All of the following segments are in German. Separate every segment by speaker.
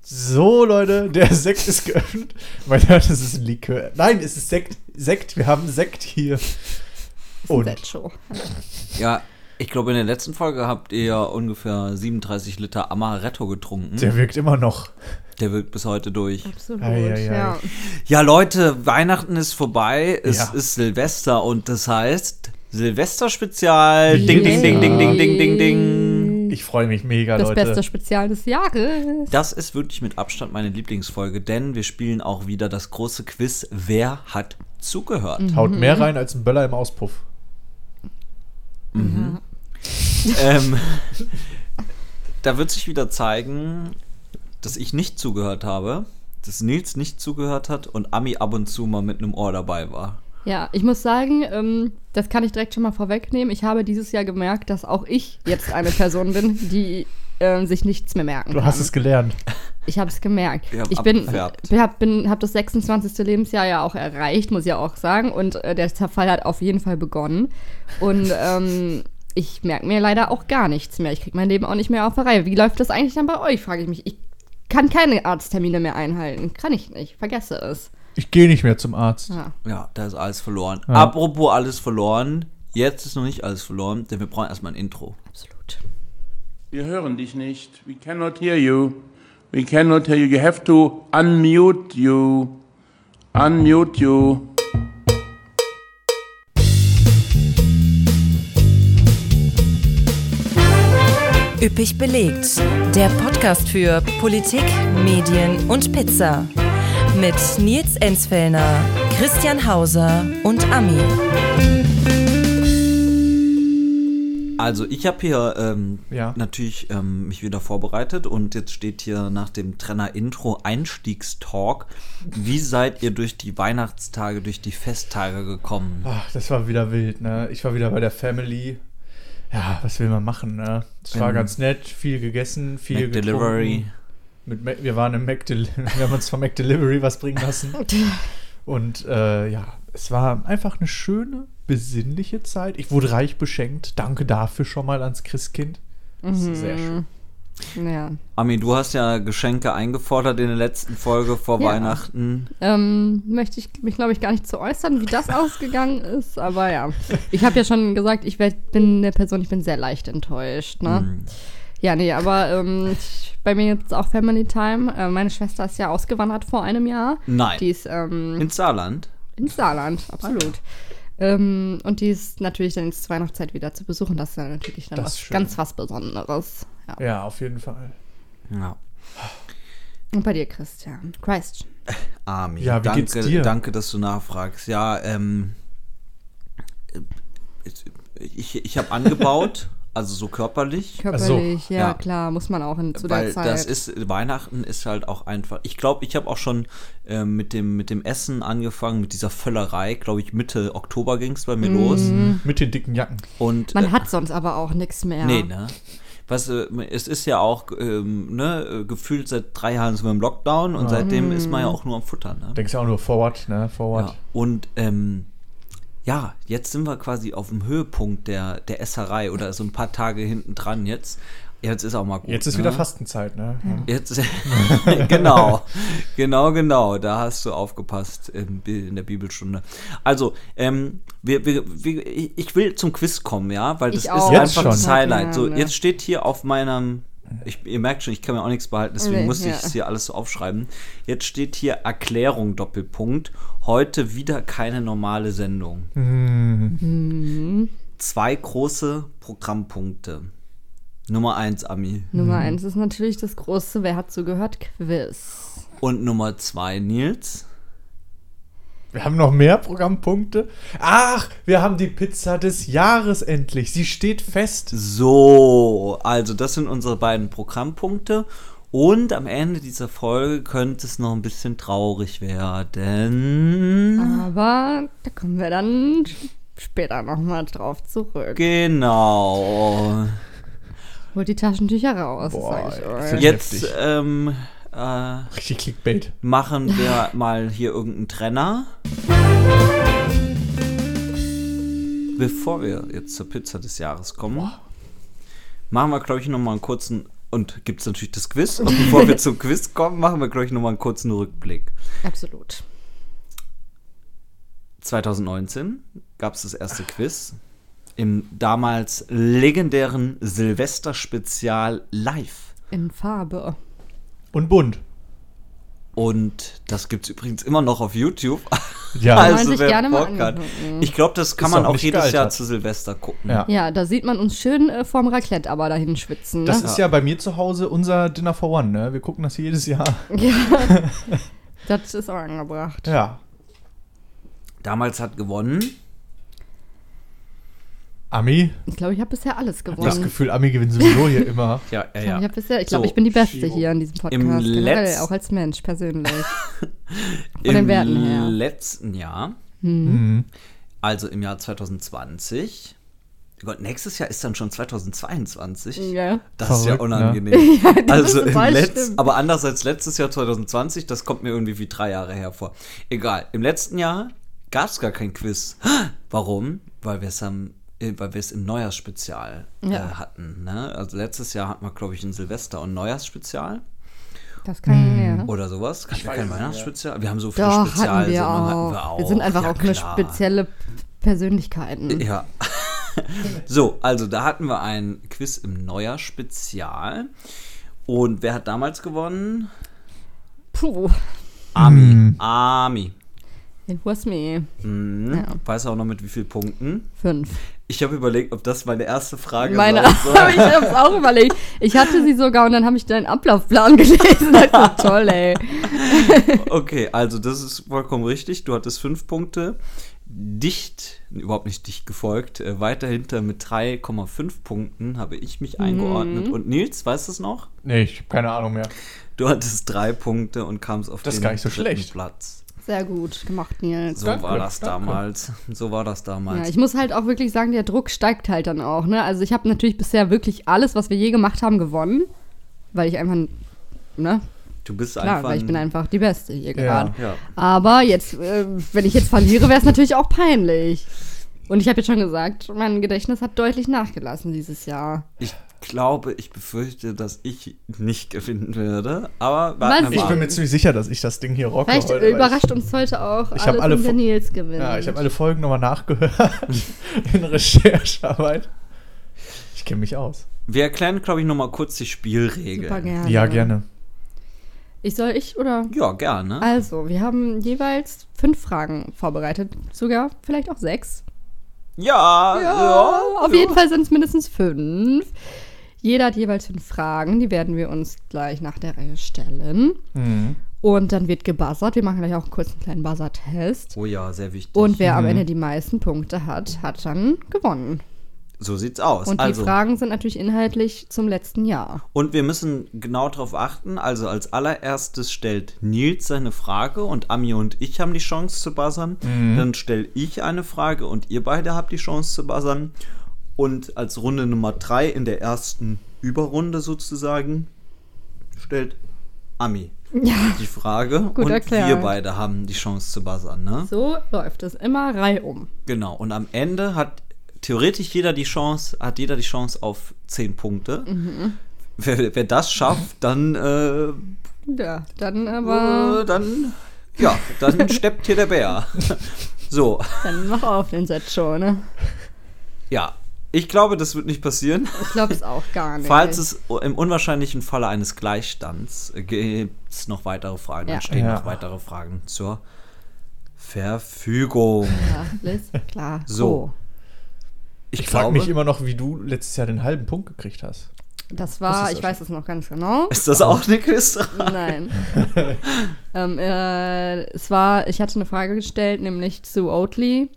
Speaker 1: So, Leute, der Sekt ist geöffnet. Mein Gott, das ist ein Likör. Nein, es ist Sekt. Sekt, wir haben Sekt hier. Und
Speaker 2: Bettshow.
Speaker 3: Ja, ich glaube, in der letzten Folge habt ihr ja ungefähr 37 Liter Amaretto getrunken.
Speaker 1: der wirkt immer noch.
Speaker 3: Der wirkt bis heute durch.
Speaker 2: Absolut,
Speaker 1: Ei, ei, ei.
Speaker 2: ja.
Speaker 3: Ja, Leute, Weihnachten ist vorbei. Es
Speaker 1: Ja.
Speaker 3: ist Silvester und das heißt Silvester-Spezial. Ding, ding,
Speaker 1: Yes.
Speaker 3: ding, ding, ding, ding, ding, ding.
Speaker 1: Ich freue mich mega,
Speaker 2: Das
Speaker 1: Leute.
Speaker 2: beste Spezial des Jahres.
Speaker 3: Das ist wirklich mit Abstand meine Lieblingsfolge, denn wir spielen auch wieder das große Quiz Wer hat zugehört?
Speaker 1: Haut
Speaker 2: Mhm.
Speaker 1: mehr rein als ein Böller im Auspuff.
Speaker 3: Mhm. ähm, da wird sich wieder zeigen, dass ich nicht zugehört habe, dass Nils nicht zugehört hat und Ami ab und zu mal mit einem Ohr dabei war.
Speaker 2: Ja, ich muss sagen, ähm, das kann ich direkt schon mal vorwegnehmen. Ich habe dieses Jahr gemerkt, dass auch ich jetzt eine Person bin, die ähm, sich nichts mehr merken
Speaker 1: Du
Speaker 2: kann.
Speaker 1: hast es gelernt.
Speaker 2: ich habe es gemerkt.
Speaker 3: Wir haben
Speaker 2: Ich bin,
Speaker 3: abgefärbt.
Speaker 2: ich hab, bin, hab das 26. Lebensjahr ja auch erreicht, muss ich ja auch sagen. Und äh, der Zerfall hat auf jeden Fall begonnen. Und ähm, ich merke mir leider auch gar nichts mehr. Ich kriege mein Leben auch nicht mehr auf der Reihe. Wie läuft das eigentlich dann bei euch, frage ich mich. Ich kann keine Arzttermine mehr einhalten. Kann ich nicht. Vergesse es.
Speaker 1: Ich gehe nicht mehr zum Arzt.
Speaker 2: Ja.
Speaker 3: Ja, da ist alles verloren.
Speaker 1: Ja.
Speaker 3: Apropos alles verloren, jetzt ist noch nicht alles verloren, denn wir brauchen erstmal ein Intro.
Speaker 2: Absolut.
Speaker 4: Wir hören dich nicht. We cannot hear you. We cannot hear you. You have to unmute you. Unmute you.
Speaker 5: Üppig belegt. Der Podcast für Politik, Medien und Pizza. Mit Nils Enzfellner, Christian Hauser und Ami.
Speaker 3: Also ich habe hier ähm,
Speaker 1: Ja.
Speaker 3: natürlich ähm, mich wieder vorbereitet und jetzt steht hier nach dem Trainer-Intro Einstiegstalk. Wie seid ihr durch die Weihnachtstage, durch die Festtage gekommen?
Speaker 1: Ach, das war wieder wild, ne? Ich war wieder bei der Family. Ja, was will man machen, ne? Es war
Speaker 3: Ähm,
Speaker 1: ganz nett, viel gegessen, viel
Speaker 3: Mac Delivery.
Speaker 1: getrunken. Mit Mac, wir waren im Mac Del wir haben uns vom Mac Delivery was bringen lassen. Und äh, ja, es war einfach eine schöne, besinnliche Zeit. Ich wurde reich beschenkt. Danke dafür schon mal ans Christkind. Das ist sehr schön.
Speaker 2: Ja.
Speaker 3: Ami, du hast ja Geschenke eingefordert in der letzten Folge vor
Speaker 2: Ja.
Speaker 3: Weihnachten.
Speaker 2: Ähm, möchte ich mich, glaube ich, gar nicht zu äußern, wie das ausgegangen ist, aber ja. Ich habe ja schon gesagt, ich werd, bin eine Person, ich bin sehr leicht enttäuscht, ne? Ja, nee, aber ähm, ich- bei mir jetzt auch Family Time. Äh, meine Schwester ist ja ausgewandert vor einem Jahr.
Speaker 3: Nein.
Speaker 2: Die ist ähm,
Speaker 3: Ins Saarland.
Speaker 2: ins Saarland, absolut. Ähm, und die ist natürlich dann jetzt zur Weihnachtszeit wieder zu besuchen. Das ist ja natürlich dann
Speaker 1: Das ist
Speaker 2: was,
Speaker 1: schön.
Speaker 2: ganz was Besonderes. Ja.
Speaker 1: Ja, auf jeden Fall.
Speaker 3: Ja.
Speaker 2: Und bei dir, Christian. Christ.
Speaker 3: Ami,
Speaker 1: Ja, wie
Speaker 3: danke,
Speaker 1: geht's dir?
Speaker 3: danke, dass du nachfragst. Ja, ähm, ich, ich habe angebaut, also so körperlich.
Speaker 2: Körperlich, ja,
Speaker 3: ja.
Speaker 2: klar, muss man auch in, zu
Speaker 3: weil
Speaker 2: der Zeit.
Speaker 3: das ist Weihnachten ist halt auch einfach. Ich glaube, ich habe auch schon ähm, mit dem mit dem Essen angefangen, mit dieser Völlerei. Glaube ich Mitte Oktober ging es bei mir los
Speaker 1: Mit den dicken Jacken.
Speaker 3: und
Speaker 2: Mhm. Man
Speaker 3: äh,
Speaker 2: hat sonst aber auch nichts mehr.
Speaker 3: nee ne. Was, äh, es ist ja auch ähm, ne, äh, gefühlt seit drei Jahren sind wir im Lockdown und seitdem ist man ja
Speaker 1: Mhm.
Speaker 3: auch nur am Futtern. Ne?
Speaker 1: Denkst ja auch nur forward, ne? Forward.
Speaker 3: Ja. Und ähm, ja, jetzt sind wir quasi auf dem Höhepunkt der, der Esserei oder so ein paar Tage hinten dran jetzt. Jetzt ist auch mal gut.
Speaker 1: Jetzt ist
Speaker 3: ne?
Speaker 1: wieder Fastenzeit, ne?
Speaker 3: Jetzt, genau, genau, genau, da hast du aufgepasst ähm, bi- in der Bibelstunde. Also, ähm, wir, wir, wir, ich will zum Quiz kommen, ja, weil das
Speaker 2: Ich
Speaker 3: ist
Speaker 2: auch.
Speaker 1: Jetzt
Speaker 3: einfach
Speaker 1: schon.
Speaker 3: das Highlight. So,
Speaker 2: Ja, ne.
Speaker 3: jetzt steht hier auf meinem, ich, ihr merkt schon, ich kann mir auch nichts behalten, deswegen
Speaker 2: Nee,
Speaker 3: musste ich
Speaker 2: ja.
Speaker 3: es hier alles so aufschreiben. Jetzt steht hier Erklärung, Doppelpunkt, heute wieder keine normale Sendung.
Speaker 2: Mhm.
Speaker 3: Zwei große Programmpunkte. Nummer eins, Ami.
Speaker 2: Nummer eins ist natürlich das große Wer hat so gehört Quiz.
Speaker 3: Und Nummer zwei, Nils.
Speaker 1: Wir haben noch mehr Programmpunkte. Ach, wir haben die Pizza des Jahres endlich. Sie steht fest.
Speaker 3: So, also das sind unsere beiden Programmpunkte. Und am Ende dieser Folge könnte es noch ein bisschen traurig werden.
Speaker 2: Aber da kommen wir dann später nochmal drauf zurück.
Speaker 3: Genau.
Speaker 2: Holt die Taschentücher raus,
Speaker 1: Boah,
Speaker 2: sag ich
Speaker 1: ey,
Speaker 2: euch.
Speaker 1: das
Speaker 3: Jetzt
Speaker 1: heftig.
Speaker 3: ähm, äh,
Speaker 1: Richtig Clickbait.
Speaker 3: machen wir mal hier irgendeinen Trenner. Bevor wir jetzt zur Pizza des Jahres kommen, machen wir, glaube ich, nochmal einen kurzen und gibt es natürlich das Quiz. Und bevor wir zum Quiz kommen, machen wir, glaube ich, nochmal einen kurzen Rückblick.
Speaker 2: Absolut.
Speaker 3: 2019 gab es das erste Quiz im damals legendären Silvester-Spezial live.
Speaker 2: In Farbe.
Speaker 1: Und bunt.
Speaker 3: Und das gibt es übrigens immer noch auf YouTube. Also
Speaker 1: Ja.
Speaker 2: man sich
Speaker 3: wer
Speaker 2: gerne mal
Speaker 3: Bock hat.
Speaker 2: angucken.
Speaker 3: Ich glaube, das kann
Speaker 1: Ist
Speaker 3: man
Speaker 1: auch
Speaker 3: auch
Speaker 1: nicht
Speaker 3: jedes
Speaker 1: gealtert.
Speaker 3: Jahr zu Silvester gucken.
Speaker 1: Ja.
Speaker 2: Ja, da sieht man uns schön äh, vorm Raclette aber dahin schwitzen. Ne?
Speaker 1: Das ist ja bei mir zu Hause unser Dinner for One, ne? Wir gucken das jedes Jahr.
Speaker 2: ja. das ist auch angebracht.
Speaker 1: Ja.
Speaker 3: Damals hat gewonnen.
Speaker 1: Ami,
Speaker 2: Ich glaube, ich habe bisher alles
Speaker 1: ich das
Speaker 2: gewonnen.
Speaker 1: Gefühl, Ami gewinnt sowieso hier immer.
Speaker 3: Ja, ja,
Speaker 2: Ich
Speaker 3: ja.
Speaker 2: habe bisher, ich glaube,
Speaker 3: So,
Speaker 2: ich bin die Beste
Speaker 3: Shiro.
Speaker 2: hier in diesem Podcast.
Speaker 3: Im
Speaker 2: generell,
Speaker 3: Letz-
Speaker 2: auch als Mensch persönlich.
Speaker 3: Im
Speaker 2: den Werten her. Mhm.
Speaker 3: letzten Jahr, also im Jahr 2020. Gott, nächstes Jahr ist dann schon 2022.
Speaker 2: ja.
Speaker 3: Das ist ja
Speaker 1: Verrückt, ne?
Speaker 3: unangenehm.
Speaker 2: das
Speaker 3: also
Speaker 2: ist
Speaker 3: im
Speaker 2: total
Speaker 3: Letz-,
Speaker 2: schlimm.
Speaker 3: aber anders als letztes Jahr 2020, das kommt mir irgendwie wie drei Jahre her vor. Egal, im letzten Jahr gab es gar kein Quiz. Warum? Weil wir es am äh, weil wir es im Neujahrsspezial äh,
Speaker 2: Ja.
Speaker 3: hatten. Ne? Also letztes Jahr hatten wir, glaube ich, ein Silvester- und Neujahrsspezial
Speaker 2: Das kann ja.
Speaker 3: oder sowas. Ich kein Weihnachtsspezial. Wir haben so viele
Speaker 2: Doch,
Speaker 3: Spezial
Speaker 2: hatten wir, auch. wir sind einfach
Speaker 3: Ja,
Speaker 2: auch eine
Speaker 3: klar. Äh.
Speaker 2: spezielle Persönlichkeiten.
Speaker 3: Ja. so, also da hatten wir ein Quiz im Neujahr-Spezial. Und wer hat damals gewonnen?
Speaker 2: Puh,
Speaker 3: Ami. Ami. Hm.
Speaker 2: it was me. Ja.
Speaker 3: Weiß auch noch mit wie vielen Punkten.
Speaker 2: Fünf.
Speaker 3: Ich habe überlegt, ob das meine erste Frage
Speaker 2: Meine,
Speaker 3: sein soll.
Speaker 2: ich hab's auch überlegt. Ich hatte sie sogar und dann habe ich deinen Ablaufplan gelesen. Das ist so toll, ey.
Speaker 3: Okay, also das ist vollkommen richtig. Du hattest fünf Punkte. Dicht, überhaupt nicht dicht gefolgt. Äh, weiter hinter mit 3,5 Punkten habe ich mich eingeordnet.
Speaker 2: Mhm.
Speaker 3: Und Nils, weißt du es noch?
Speaker 1: Nee, ich habe keine Ahnung mehr.
Speaker 3: Du hattest drei Punkte und kamst auf
Speaker 1: Das ist
Speaker 3: den
Speaker 1: gar nicht so
Speaker 3: dritten
Speaker 1: schlecht.
Speaker 3: Platz.
Speaker 2: Sehr gut gemacht, Nils.
Speaker 3: So
Speaker 1: Danke,
Speaker 3: war das
Speaker 1: danke.
Speaker 3: damals. So war das
Speaker 2: Ja,
Speaker 3: damals.
Speaker 2: ich muss halt auch wirklich sagen, der Druck steigt halt dann auch. Ne? Also ich habe natürlich bisher wirklich alles, was wir je gemacht haben, gewonnen, weil ich einfach, ne,
Speaker 3: du bist
Speaker 2: klar,
Speaker 3: einfach.
Speaker 2: weil ich bin einfach die Beste hier gerade.
Speaker 3: ja.
Speaker 2: Aber jetzt, äh, wenn ich jetzt verliere, wäre es natürlich auch peinlich. Und ich habe jetzt schon gesagt, mein Gedächtnis hat deutlich nachgelassen dieses Jahr.
Speaker 3: Ich glaube, ich befürchte, dass ich nicht gewinnen werde. Aber
Speaker 2: Was?
Speaker 3: warten wir
Speaker 1: Ich
Speaker 3: mal.
Speaker 1: bin mir ziemlich sicher, dass ich das Ding hier rocke.
Speaker 2: Vielleicht
Speaker 1: heute, weil
Speaker 2: überrascht uns heute auch
Speaker 1: Ich hab
Speaker 2: alles
Speaker 1: alle
Speaker 2: und der
Speaker 1: Fo-
Speaker 2: Nils gewinnt.
Speaker 1: Ich, ja, ich habe alle Folgen nochmal nachgehört in Recherchearbeit. Ich kenne mich aus.
Speaker 3: wir erklären, glaube ich, nochmal kurz die Spielregeln.
Speaker 2: Super gerne.
Speaker 1: Ja, gerne.
Speaker 2: Ich soll ich oder?
Speaker 3: Ja, gerne.
Speaker 2: Also, wir haben jeweils fünf Fragen vorbereitet, sogar vielleicht auch sechs.
Speaker 1: Ah,
Speaker 3: Ja,
Speaker 2: Ja,
Speaker 3: ja.
Speaker 2: auf jeden Fall sind es mindestens fünf. Jeder hat jeweils fünf Fragen, die werden wir uns gleich nach der Reihe stellen.
Speaker 1: Mhm.
Speaker 2: Und dann wird gebuzzert. Wir machen gleich auch kurz einen kleinen Buzzer-Test.
Speaker 3: Oh ja, sehr wichtig.
Speaker 2: Und wer am Ende die meisten Punkte hat, hat dann gewonnen.
Speaker 3: so sieht's aus.
Speaker 2: Und
Speaker 3: also,
Speaker 2: die Fragen sind natürlich inhaltlich zum letzten Jahr.
Speaker 3: und wir müssen genau darauf achten. Also als allererstes stellt Nils seine Frage und Ami und ich haben die Chance zu buzzern. Dann stelle ich eine Frage und ihr beide habt die Chance zu buzzern. Und als Runde Nummer drei in der ersten Überrunde sozusagen stellt Ami die Frage und
Speaker 2: erklärt.
Speaker 3: wir beide haben die Chance zu buzzern. Ne?
Speaker 2: So läuft es immer reihum.
Speaker 3: Genau, und am Ende hat theoretisch jeder die Chance, hat jeder die Chance auf 10 Punkte. Wer, wer das schafft, dann, äh,
Speaker 2: Ja, dann aber.
Speaker 3: äh, dann, ja, dann steppt hier der Bär. so,
Speaker 2: Dann mach auf den Set schon, ne?
Speaker 3: ja. Ich glaube, das wird nicht passieren.
Speaker 2: Ich glaube es auch gar nicht.
Speaker 3: Falls es im unwahrscheinlichen Falle eines Gleichstands gibt es noch weitere Fragen.
Speaker 2: Ja.
Speaker 3: Dann stehen
Speaker 1: Ja.
Speaker 3: noch weitere Fragen zur Verfügung.
Speaker 2: Ja, Liz, klar. Oh,
Speaker 3: So.
Speaker 1: Ich, frage mich immer noch, wie du letztes Jahr den halben Punkt gekriegt hast.
Speaker 2: Oh, das war,
Speaker 1: Das ist
Speaker 2: ich weiß es noch ganz genau.
Speaker 3: Ist das auch eine Quizfrage?
Speaker 2: Nein. ähm, äh, es war, ich hatte eine Frage gestellt, nämlich zu Oatly.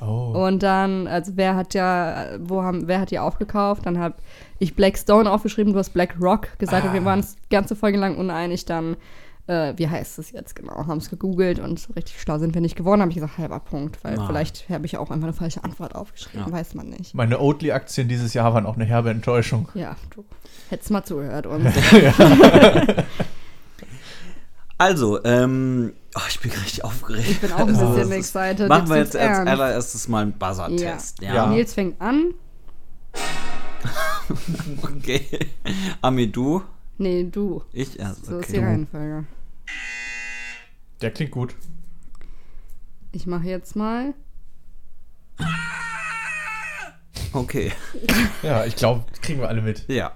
Speaker 1: Oh.
Speaker 2: Und dann, also wer hat ja, äh, wo haben, wer hat die aufgekauft? Dann habe ich Blackstone aufgeschrieben, du hast BlackRock gesagt und wir
Speaker 3: Ah.
Speaker 2: waren uns die ganze Folge lang uneinig. Dann, äh, wie heißt es jetzt genau? Haben es gegoogelt und so richtig schlau sind wir nicht geworden. Habe ich gesagt, halber Punkt, weil
Speaker 3: Ah.
Speaker 2: vielleicht habe ich auch einfach eine falsche Antwort aufgeschrieben,
Speaker 3: Ja.
Speaker 2: weiß man nicht.
Speaker 1: Meine Oatly-Aktien dieses Jahr waren auch eine herbe Enttäuschung.
Speaker 2: Ja, du hättest mal zugehört und
Speaker 3: Also, ähm, oh, ich bin richtig aufgeregt.
Speaker 2: ich bin auch ein
Speaker 3: Also,
Speaker 2: bisschen
Speaker 3: das ist-
Speaker 2: excited.
Speaker 3: Machen wir
Speaker 2: nimmst
Speaker 3: jetzt
Speaker 2: du's
Speaker 3: als
Speaker 2: ernst?
Speaker 3: allererstes mal einen Buzzer-Test. Ja.
Speaker 1: Ja.
Speaker 2: Nils fängt an.
Speaker 3: Okay. Ami, du?
Speaker 2: Nee, du.
Speaker 3: Ich? Also,
Speaker 2: So ist die
Speaker 3: okay.
Speaker 2: Reihenfolge.
Speaker 1: Der klingt gut.
Speaker 2: Ich mache jetzt mal.
Speaker 3: okay.
Speaker 1: Ja, ich glaube, kriegen wir alle mit.
Speaker 3: Ja.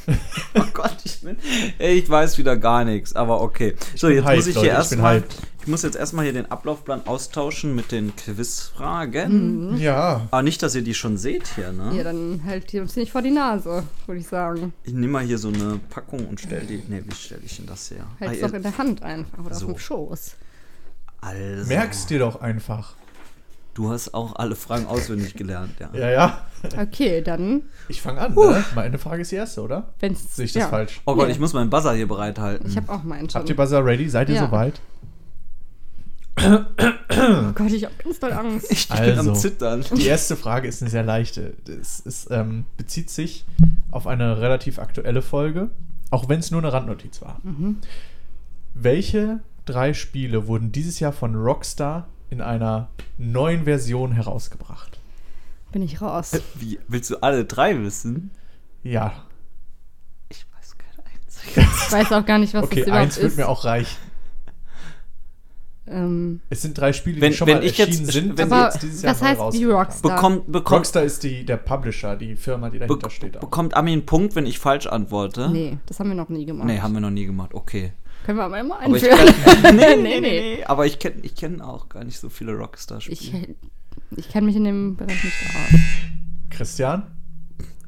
Speaker 3: oh Gott, ich bin. Ey, Ich weiß wieder gar nichts, aber okay. So,
Speaker 1: bin
Speaker 3: jetzt
Speaker 1: hyped,
Speaker 3: muss ich
Speaker 1: Leute,
Speaker 3: hier
Speaker 1: ich bin
Speaker 3: erstmal.
Speaker 1: hyped.
Speaker 3: Ich muss jetzt erstmal hier den Ablaufplan austauschen mit den Quizfragen.
Speaker 1: Ja.
Speaker 3: Aber nicht, dass ihr die schon seht hier, ne?
Speaker 2: Mhm. Ja, dann hält die uns nicht vor die Nase, würde ich sagen.
Speaker 3: Ich nehme mal hier so eine Packung und stell die. Ne, wie stelle ich denn das her?
Speaker 2: Hält's
Speaker 3: Ah,
Speaker 2: Halt doch in der Hand einfach oder
Speaker 3: So.
Speaker 2: auf dem Schoß.
Speaker 3: also,
Speaker 1: Merkst dir doch einfach.
Speaker 3: du hast auch alle Fragen auswendig gelernt, ja.
Speaker 1: Ja, ja.
Speaker 2: Okay, dann,
Speaker 1: Ich fange an, ne? Meine Frage ist die erste, oder?
Speaker 2: wenn's.
Speaker 1: Sehe ich das falsch?
Speaker 3: Oh Gott,
Speaker 2: Nee.
Speaker 3: ich muss meinen Buzzer hier bereithalten.
Speaker 2: Ich habe auch meinen schon. Oh
Speaker 1: Habt ihr Buzzer ready? Seid ihr
Speaker 2: Ja.
Speaker 1: soweit?
Speaker 2: oh Gott, ich habe ganz doll Angst.
Speaker 3: ich bin
Speaker 1: Also.
Speaker 3: am Zittern.
Speaker 1: Die erste Frage ist eine sehr leichte. Es ist, ähm, bezieht sich auf eine relativ aktuelle Folge, auch wenn es nur eine Randnotiz war.
Speaker 2: Mhm.
Speaker 1: Welche drei Spiele wurden dieses Jahr von Rockstar in einer neuen Version herausgebracht?
Speaker 2: Bin ich raus.
Speaker 3: Wie, willst du alle drei wissen?
Speaker 1: Ja,
Speaker 3: Ich weiß kein einziges.
Speaker 2: Ich weiß auch gar nicht, was das
Speaker 1: okay,
Speaker 2: überhaupt
Speaker 1: eins
Speaker 2: ist.
Speaker 1: wird mir auch reichen.
Speaker 2: ähm,
Speaker 1: Es sind drei Spiele,
Speaker 3: Wenn-
Speaker 1: die schon
Speaker 3: wenn
Speaker 1: mal
Speaker 3: ich jetzt-
Speaker 1: erschienen sind,
Speaker 3: wenn
Speaker 1: die
Speaker 2: aber
Speaker 1: jetzt dieses Jahr
Speaker 2: das
Speaker 1: neu
Speaker 2: heißt die
Speaker 1: rausgebracht haben.
Speaker 2: Rockstar.
Speaker 3: Bekommt, bekommt,
Speaker 1: Rockstar ist die, der Publisher, die Firma, die dahinter
Speaker 3: Bek-
Speaker 1: steht. Auch.
Speaker 3: Bekommt Ami einen Punkt, wenn ich falsch antworte?
Speaker 2: Nee, das haben wir noch nie gemacht.
Speaker 3: Nee, haben wir noch nie gemacht. Okay.
Speaker 2: Können wir mal
Speaker 3: Aber ich
Speaker 2: einführen.
Speaker 3: kenn,
Speaker 2: Nee,
Speaker 3: nee, nee, nee,
Speaker 2: nee.
Speaker 3: nee. Aber ich kenne ich kenn auch gar nicht so viele Rockstar-Spiele.
Speaker 2: Ich, ich kenne mich in dem Bereich nicht aus.
Speaker 1: Christian?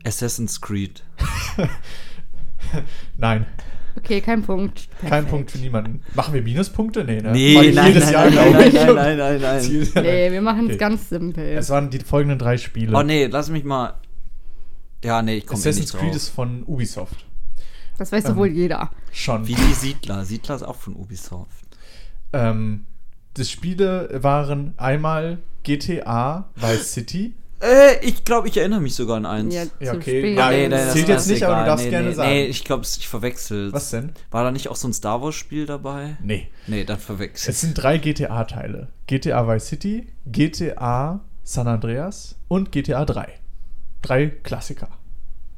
Speaker 3: Assassin's Creed.
Speaker 1: Nein,
Speaker 2: Okay, kein Punkt.
Speaker 1: kein Punkt für niemanden. Machen wir Minuspunkte? Nee, ne?
Speaker 3: Nee,
Speaker 1: Mach ich
Speaker 3: nein,
Speaker 1: jedes
Speaker 3: nein,
Speaker 1: Jahr,
Speaker 3: nein,
Speaker 1: glaub
Speaker 3: nein,
Speaker 1: ich.
Speaker 3: nein, nein, nein, nein.
Speaker 1: Jedes Jahr.
Speaker 2: Nee, wir machen es
Speaker 1: Okay. Also,
Speaker 2: ganz simpel.
Speaker 1: Es waren die folgenden drei Spiele.
Speaker 3: Oh nee, lass mich mal. Ja, nee, ich komme eh
Speaker 1: Assassin's
Speaker 3: nicht
Speaker 1: Creed
Speaker 3: drauf.
Speaker 1: ist von Ubisoft.
Speaker 2: Das weiß doch wohl
Speaker 1: Ähm,
Speaker 2: jeder.
Speaker 1: Schon.
Speaker 3: Wie die Siedler. Siedler ist auch von Ubisoft.
Speaker 1: Ähm, die Spiele waren einmal GTA Vice City.
Speaker 3: Äh, ich glaube, ich erinnere mich sogar an eins.
Speaker 2: Ja,
Speaker 1: Ja,
Speaker 2: zu
Speaker 1: okay.
Speaker 2: spät.
Speaker 1: Ja,
Speaker 3: nee, nee, das
Speaker 1: Zählt
Speaker 3: das
Speaker 1: jetzt
Speaker 3: ist
Speaker 1: nicht, aber du
Speaker 3: egal.
Speaker 1: darfst
Speaker 3: nee,
Speaker 1: gerne
Speaker 3: nee,
Speaker 1: sagen.
Speaker 3: Nee, ich glaube, ich verwechselt.
Speaker 1: Was denn?
Speaker 3: War da nicht auch so ein Star Wars-Spiel dabei?
Speaker 1: Nee.
Speaker 3: Nee, dann verwechselt.
Speaker 1: Es sind drei GTA-Teile. GTA Vice City, GTA San Andreas und GTA 3. Drei Klassiker.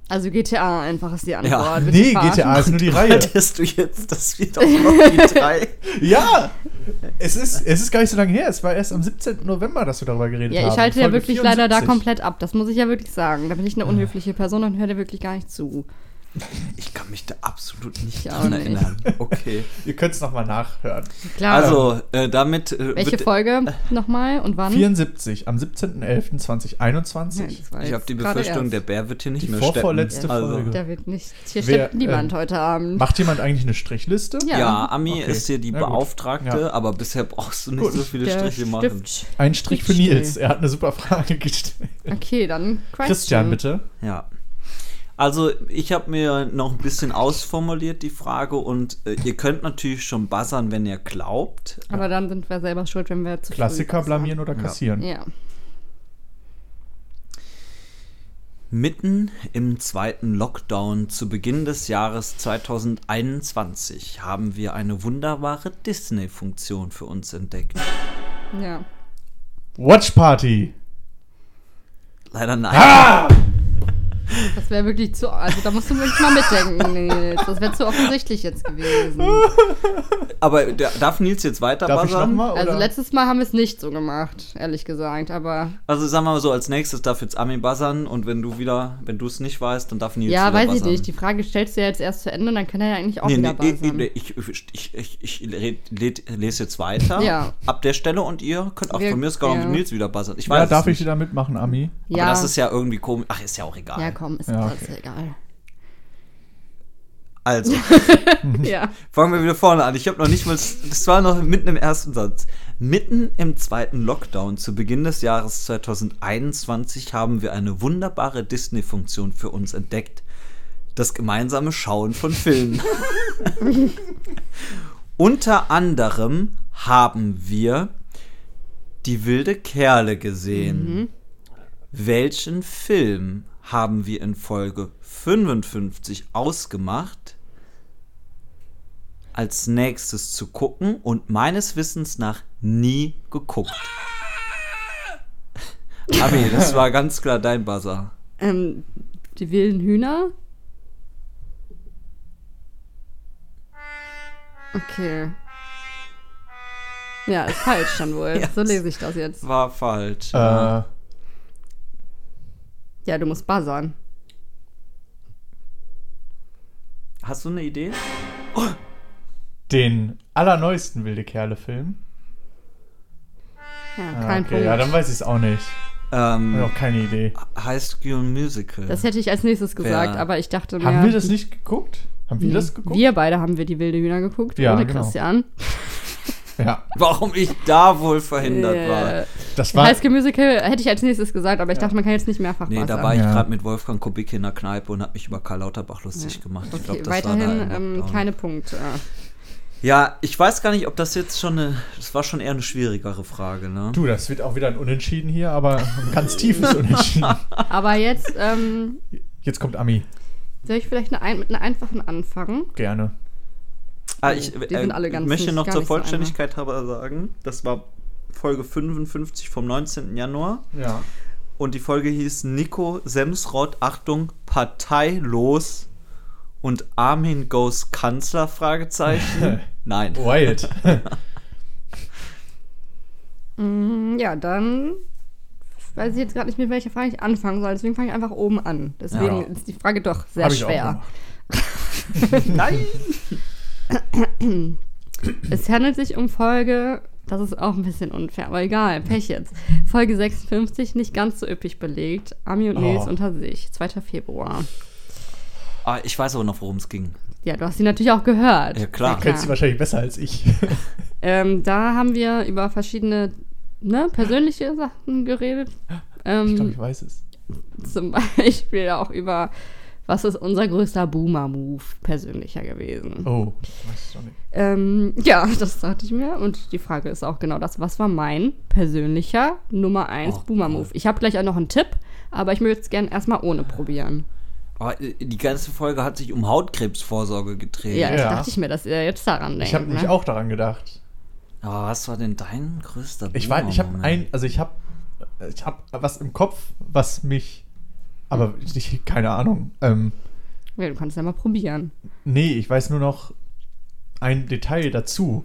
Speaker 2: Also GTA einfach ist die Antwort.
Speaker 3: Ja.
Speaker 2: Willst du
Speaker 1: Nee,
Speaker 2: verarschen?
Speaker 1: GTA ist nur die Reihe.
Speaker 3: Hattest du jetzt, dass wir doch noch die drei.
Speaker 1: Ja! Es ist, es ist gar nicht so lange her. Es war erst am 17. November, dass wir darüber geredet
Speaker 2: Ja,
Speaker 1: haben.
Speaker 2: ich halte ja
Speaker 1: Folge
Speaker 2: wirklich leider da
Speaker 1: 74.
Speaker 2: komplett ab. Das muss ich ja wirklich sagen. Da bin ich
Speaker 3: Ah.
Speaker 2: eine unhöfliche Person und höre dir wirklich gar nicht zu.
Speaker 3: Ich kann mich da absolut nicht
Speaker 2: Ich auch
Speaker 3: dran
Speaker 2: nicht.
Speaker 3: erinnern. Okay.
Speaker 1: Ihr könnt es nochmal nachhören.
Speaker 2: Klar.
Speaker 3: Also, äh, damit. Äh,
Speaker 2: welche
Speaker 3: wird-
Speaker 2: Folge nochmal und wann?
Speaker 1: 74, am
Speaker 2: Ja,
Speaker 1: 17.11.2021.
Speaker 2: das war
Speaker 3: Ich
Speaker 2: jetzt
Speaker 3: habe die
Speaker 2: gerade
Speaker 3: Befürchtung, der
Speaker 2: erst.
Speaker 3: Bär wird hier nicht
Speaker 1: Die
Speaker 3: mehr steppen. Also,
Speaker 1: vorvorletzte Folge.
Speaker 2: Da wird nicht. Hier
Speaker 1: Wer,
Speaker 2: steppt niemand
Speaker 1: ähm,
Speaker 2: heute Abend.
Speaker 1: Macht jemand eigentlich eine Strichliste?
Speaker 2: Ja.
Speaker 3: Ja, Ami
Speaker 1: Okay.
Speaker 3: ist hier die
Speaker 1: Na gut.
Speaker 3: Beauftragte,
Speaker 1: Ja.
Speaker 3: aber bisher brauchst du nicht
Speaker 1: Gut.
Speaker 3: so viele
Speaker 2: der
Speaker 3: Striche machen.
Speaker 2: Stift.
Speaker 1: Ein Strich für
Speaker 2: Still.
Speaker 1: Nils. Er hat eine super Frage gestellt.
Speaker 2: Okay, dann question.
Speaker 1: Christian, bitte.
Speaker 3: Ja. Also, ich habe mir noch ein bisschen ausformuliert die Frage und äh, ihr könnt natürlich schon buzzern, wenn ihr glaubt.
Speaker 2: Aber dann sind wir selber schuld, wenn wir zu früh
Speaker 1: Klassiker
Speaker 2: was sagen.
Speaker 1: blamieren oder kassieren?
Speaker 2: Ja.
Speaker 3: Mitten im zweiten Lockdown zu Beginn des Jahres 2021 haben wir eine wunderbare Disney-Funktion für uns entdeckt.
Speaker 2: Ja.
Speaker 1: Watch Party.
Speaker 3: Leider nein.
Speaker 2: Das wäre wirklich zu. Also da musst du wirklich mal mitdenken, Nils. Das wäre zu offensichtlich jetzt gewesen.
Speaker 3: Aber da- darf Nils jetzt weiter
Speaker 1: Darf ich
Speaker 3: buzzern?
Speaker 1: nochmal?
Speaker 2: Also letztes Mal haben wir es nicht so gemacht, ehrlich gesagt. Aber
Speaker 3: Also sagen wir mal so, als nächstes darf jetzt Ami buzzern und wenn du wieder, wenn du es nicht weißt, dann darf Nils
Speaker 2: ja,
Speaker 3: wieder
Speaker 2: weiß ich
Speaker 3: buzzern.
Speaker 2: nicht. Die Frage stellst du ja jetzt erst zu Ende und dann kann er ja eigentlich auch
Speaker 3: Nee,
Speaker 2: wieder
Speaker 3: nee, nee,
Speaker 2: buzzern.
Speaker 3: nee, ich, ich, ich, ich red- led- lese jetzt weiter
Speaker 2: Ja.
Speaker 3: ab der Stelle und ihr könnt auch
Speaker 2: Wir-
Speaker 3: von mir aus gar
Speaker 2: ja.
Speaker 3: nicht Nils wieder buzzern. Ich weiß
Speaker 1: ja,
Speaker 3: es
Speaker 1: darf ich
Speaker 3: nicht.
Speaker 1: da mitmachen, Ami?
Speaker 3: Aber
Speaker 2: ja.
Speaker 3: das ist ja irgendwie komisch. Ach, ist ja auch egal.
Speaker 2: ja, komm, ist
Speaker 1: Ja,
Speaker 2: alles
Speaker 1: okay.
Speaker 2: egal.
Speaker 3: Also,
Speaker 2: ja.
Speaker 3: fangen wir wieder vorne an. Ich habe noch nicht mal, das war noch mitten im ersten Satz. Mitten im zweiten Lockdown zu Beginn des Jahres 2021 haben wir eine wunderbare Disney-Funktion für uns entdeckt. Das gemeinsame Schauen von Filmen. Unter anderem haben wir die wilde Kerle gesehen. Welchen Film haben wir in Folge 55 ausgemacht, als nächstes zu gucken und meines Wissens nach nie geguckt? Abi, das war ganz klar dein Buzzer.
Speaker 2: Ähm, Die wilden Hühner. Okay. Ja, ist falsch dann wohl.
Speaker 3: Ja.
Speaker 2: So lese ich das jetzt.
Speaker 3: War falsch.
Speaker 1: Äh,
Speaker 2: Ja, du musst buzzern.
Speaker 3: Hast du eine Idee?
Speaker 1: den allerneuesten Wilde Kerle-Film.
Speaker 2: Ja,
Speaker 1: Ah,
Speaker 2: kein Punkt.
Speaker 1: Ja, dann weiß ich es auch nicht. Ich
Speaker 3: Ähm,
Speaker 1: habe auch keine Idee.
Speaker 3: High School Musical.
Speaker 2: das hätte ich als nächstes gesagt,
Speaker 3: Ja.
Speaker 2: aber ich dachte mir.
Speaker 1: Haben wir das nicht geguckt? Haben wir das geguckt?
Speaker 2: Hm. Wir beide haben wir die wilde Hühner geguckt,
Speaker 1: Ja,
Speaker 2: ohne
Speaker 1: genau.
Speaker 2: Christian.
Speaker 1: Ja,
Speaker 3: Warum ich da wohl verhindert war.
Speaker 2: Äh,
Speaker 1: das war.
Speaker 2: High School Musical hätte ich als nächstes gesagt, aber ich dachte, man kann jetzt nicht mehrfach
Speaker 3: Nee,
Speaker 2: buzzern.
Speaker 3: da war ich
Speaker 1: Ja.
Speaker 3: gerade mit Wolfgang Kubicki in der Kneipe und habe mich über Karl Lauterbach lustig gemacht. Ich
Speaker 2: Okay,
Speaker 3: glaub, das war da
Speaker 2: weiterhin
Speaker 3: im
Speaker 2: ähm,
Speaker 3: Lockdown.
Speaker 2: keine Punkte.
Speaker 3: Ja, ich weiß gar nicht, ob das jetzt schon eine. Das war schon eher eine schwierigere Frage, ne?
Speaker 1: Du, das wird auch wieder ein Unentschieden hier, aber ein ganz tiefes Unentschieden.
Speaker 2: Aber jetzt ähm,
Speaker 1: Jetzt kommt Ami.
Speaker 2: soll ich vielleicht eine, ein- mit einer einfachen anfangen.
Speaker 1: Gerne.
Speaker 3: Ah, ich
Speaker 2: Die sind alle ganz
Speaker 3: möchte
Speaker 2: nicht-
Speaker 3: noch
Speaker 2: gar
Speaker 3: zur
Speaker 2: nicht so
Speaker 3: Vollständigkeit halber sagen, das war Folge 55 vom 19. Januar
Speaker 1: Ja.
Speaker 3: und die Folge hieß Nico Semsrott, Achtung, parteilos und Armin goes Kanzler, Fragezeichen. Nein.
Speaker 1: Wild.
Speaker 2: Mm, Ja, dann weiß ich jetzt gerade nicht, mit welcher Frage ich anfangen soll. Deswegen fange ich einfach oben an. Deswegen
Speaker 1: Ja.
Speaker 2: ist die Frage doch sehr
Speaker 1: Hab ich auch
Speaker 2: schwer.
Speaker 1: gemacht.
Speaker 3: Nein.
Speaker 2: Es handelt sich um Folge, das ist auch ein bisschen unfair, aber egal, Pech jetzt. Folge 56, nicht ganz so üppig belegt. Ami und
Speaker 1: Oh.
Speaker 2: Nils unter sich, 2. Februar.
Speaker 3: Ah, ich weiß aber noch, worum es ging.
Speaker 2: Ja, du hast sie natürlich auch gehört.
Speaker 3: Ja, klar.
Speaker 1: Kennst du wahrscheinlich besser als ich.
Speaker 2: Ähm, da haben wir über verschiedene ne, persönliche Sachen geredet. Ähm,
Speaker 1: Ich glaube, ich weiß
Speaker 2: Hm.
Speaker 1: es.
Speaker 2: zum Beispiel auch über, was ist unser größter Boomer-Move persönlicher gewesen.
Speaker 1: Oh, ich weiß es doch nicht.
Speaker 2: Ähm, ja, das dachte ich mir. Und die Frage ist auch genau das. Was war mein persönlicher Nummer 1
Speaker 3: Oh,
Speaker 2: Boomer-Move? Ich habe gleich auch noch einen Tipp, aber ich möchte es gerne erstmal ohne probieren.
Speaker 3: Aber äh, die ganze Folge hat sich um Hautkrebsvorsorge gedreht.
Speaker 2: Ja, das
Speaker 1: Ja.
Speaker 2: dachte ich mir, dass ihr jetzt daran denkt.
Speaker 1: Ich habe mich
Speaker 2: ne?
Speaker 1: auch daran gedacht.
Speaker 3: Aber Ah, was war denn dein größter
Speaker 1: Ich weiß, ich habe
Speaker 3: Boomer-Moment?
Speaker 1: ein, also ich habe, ich habe was im Kopf, was mich, aber ich, keine Ahnung. Ähm,
Speaker 2: Ja, du kannst ja mal probieren.
Speaker 1: nee, ich weiß nur noch ein Detail dazu.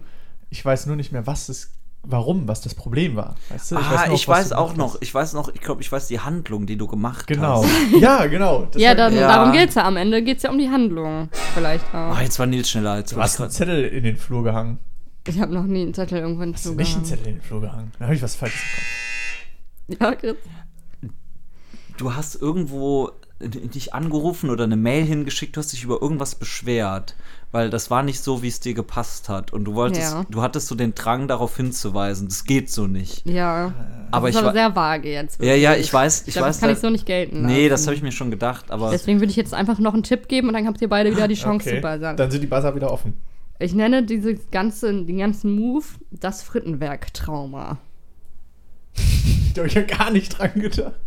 Speaker 1: Ich weiß nur nicht mehr, was es, warum, was das Problem war. Weißt du?
Speaker 3: ah,
Speaker 1: nur,
Speaker 3: ich
Speaker 1: was
Speaker 3: weiß
Speaker 1: du
Speaker 3: auch
Speaker 1: gemacht
Speaker 3: noch.
Speaker 1: hast.
Speaker 3: Ich weiß noch, ich glaube, ich weiß die Handlung, die du gemacht
Speaker 1: Genau.
Speaker 3: hast.
Speaker 1: ja, genau. Das
Speaker 2: ja,
Speaker 1: hab ich-
Speaker 2: dann,
Speaker 3: Ja.
Speaker 2: darum geht's ja. Am Ende geht's ja um die Handlung. Vielleicht auch.
Speaker 3: Ah, jetzt war Nils schneller als
Speaker 1: Du hast einen Zettel in den Flur gehangen.
Speaker 2: Ich habe noch nie einen Zettel irgendwann
Speaker 1: Hast du nicht einen
Speaker 2: zugehangen.
Speaker 1: Zettel in den Flur gehangen? Da habe ich was falsches bekommen.
Speaker 2: Ja, Chris.
Speaker 3: Du hast irgendwo dich angerufen oder eine Mail hingeschickt, du hast dich über irgendwas beschwert, weil das war nicht so, wie es dir gepasst hat. Und du wolltest,
Speaker 2: Ja.
Speaker 3: du hattest so den Drang, darauf hinzuweisen. Das geht so nicht.
Speaker 2: Ja.
Speaker 3: Aber
Speaker 2: das
Speaker 3: ich
Speaker 2: ist aber
Speaker 3: wa-
Speaker 2: sehr vage jetzt.
Speaker 3: ja, ja, ich weiß, ich,
Speaker 2: Ich glaub,
Speaker 3: weiß.
Speaker 2: das kann
Speaker 3: da-
Speaker 2: ich so nicht gelten.
Speaker 3: nee,
Speaker 2: lassen.
Speaker 3: das habe ich mir schon gedacht, aber
Speaker 2: Deswegen würde ich jetzt einfach noch einen Tipp geben und dann habt ihr beide wieder die
Speaker 3: Ah,
Speaker 2: Chance
Speaker 1: Okay.
Speaker 2: zu buzzern.
Speaker 1: Dann sind die Buzzer wieder offen.
Speaker 2: Ich nenne diese ganze, den ganzen Move das Frittenwerk-Trauma.
Speaker 1: Da habe ich ja gar nicht dran gedacht.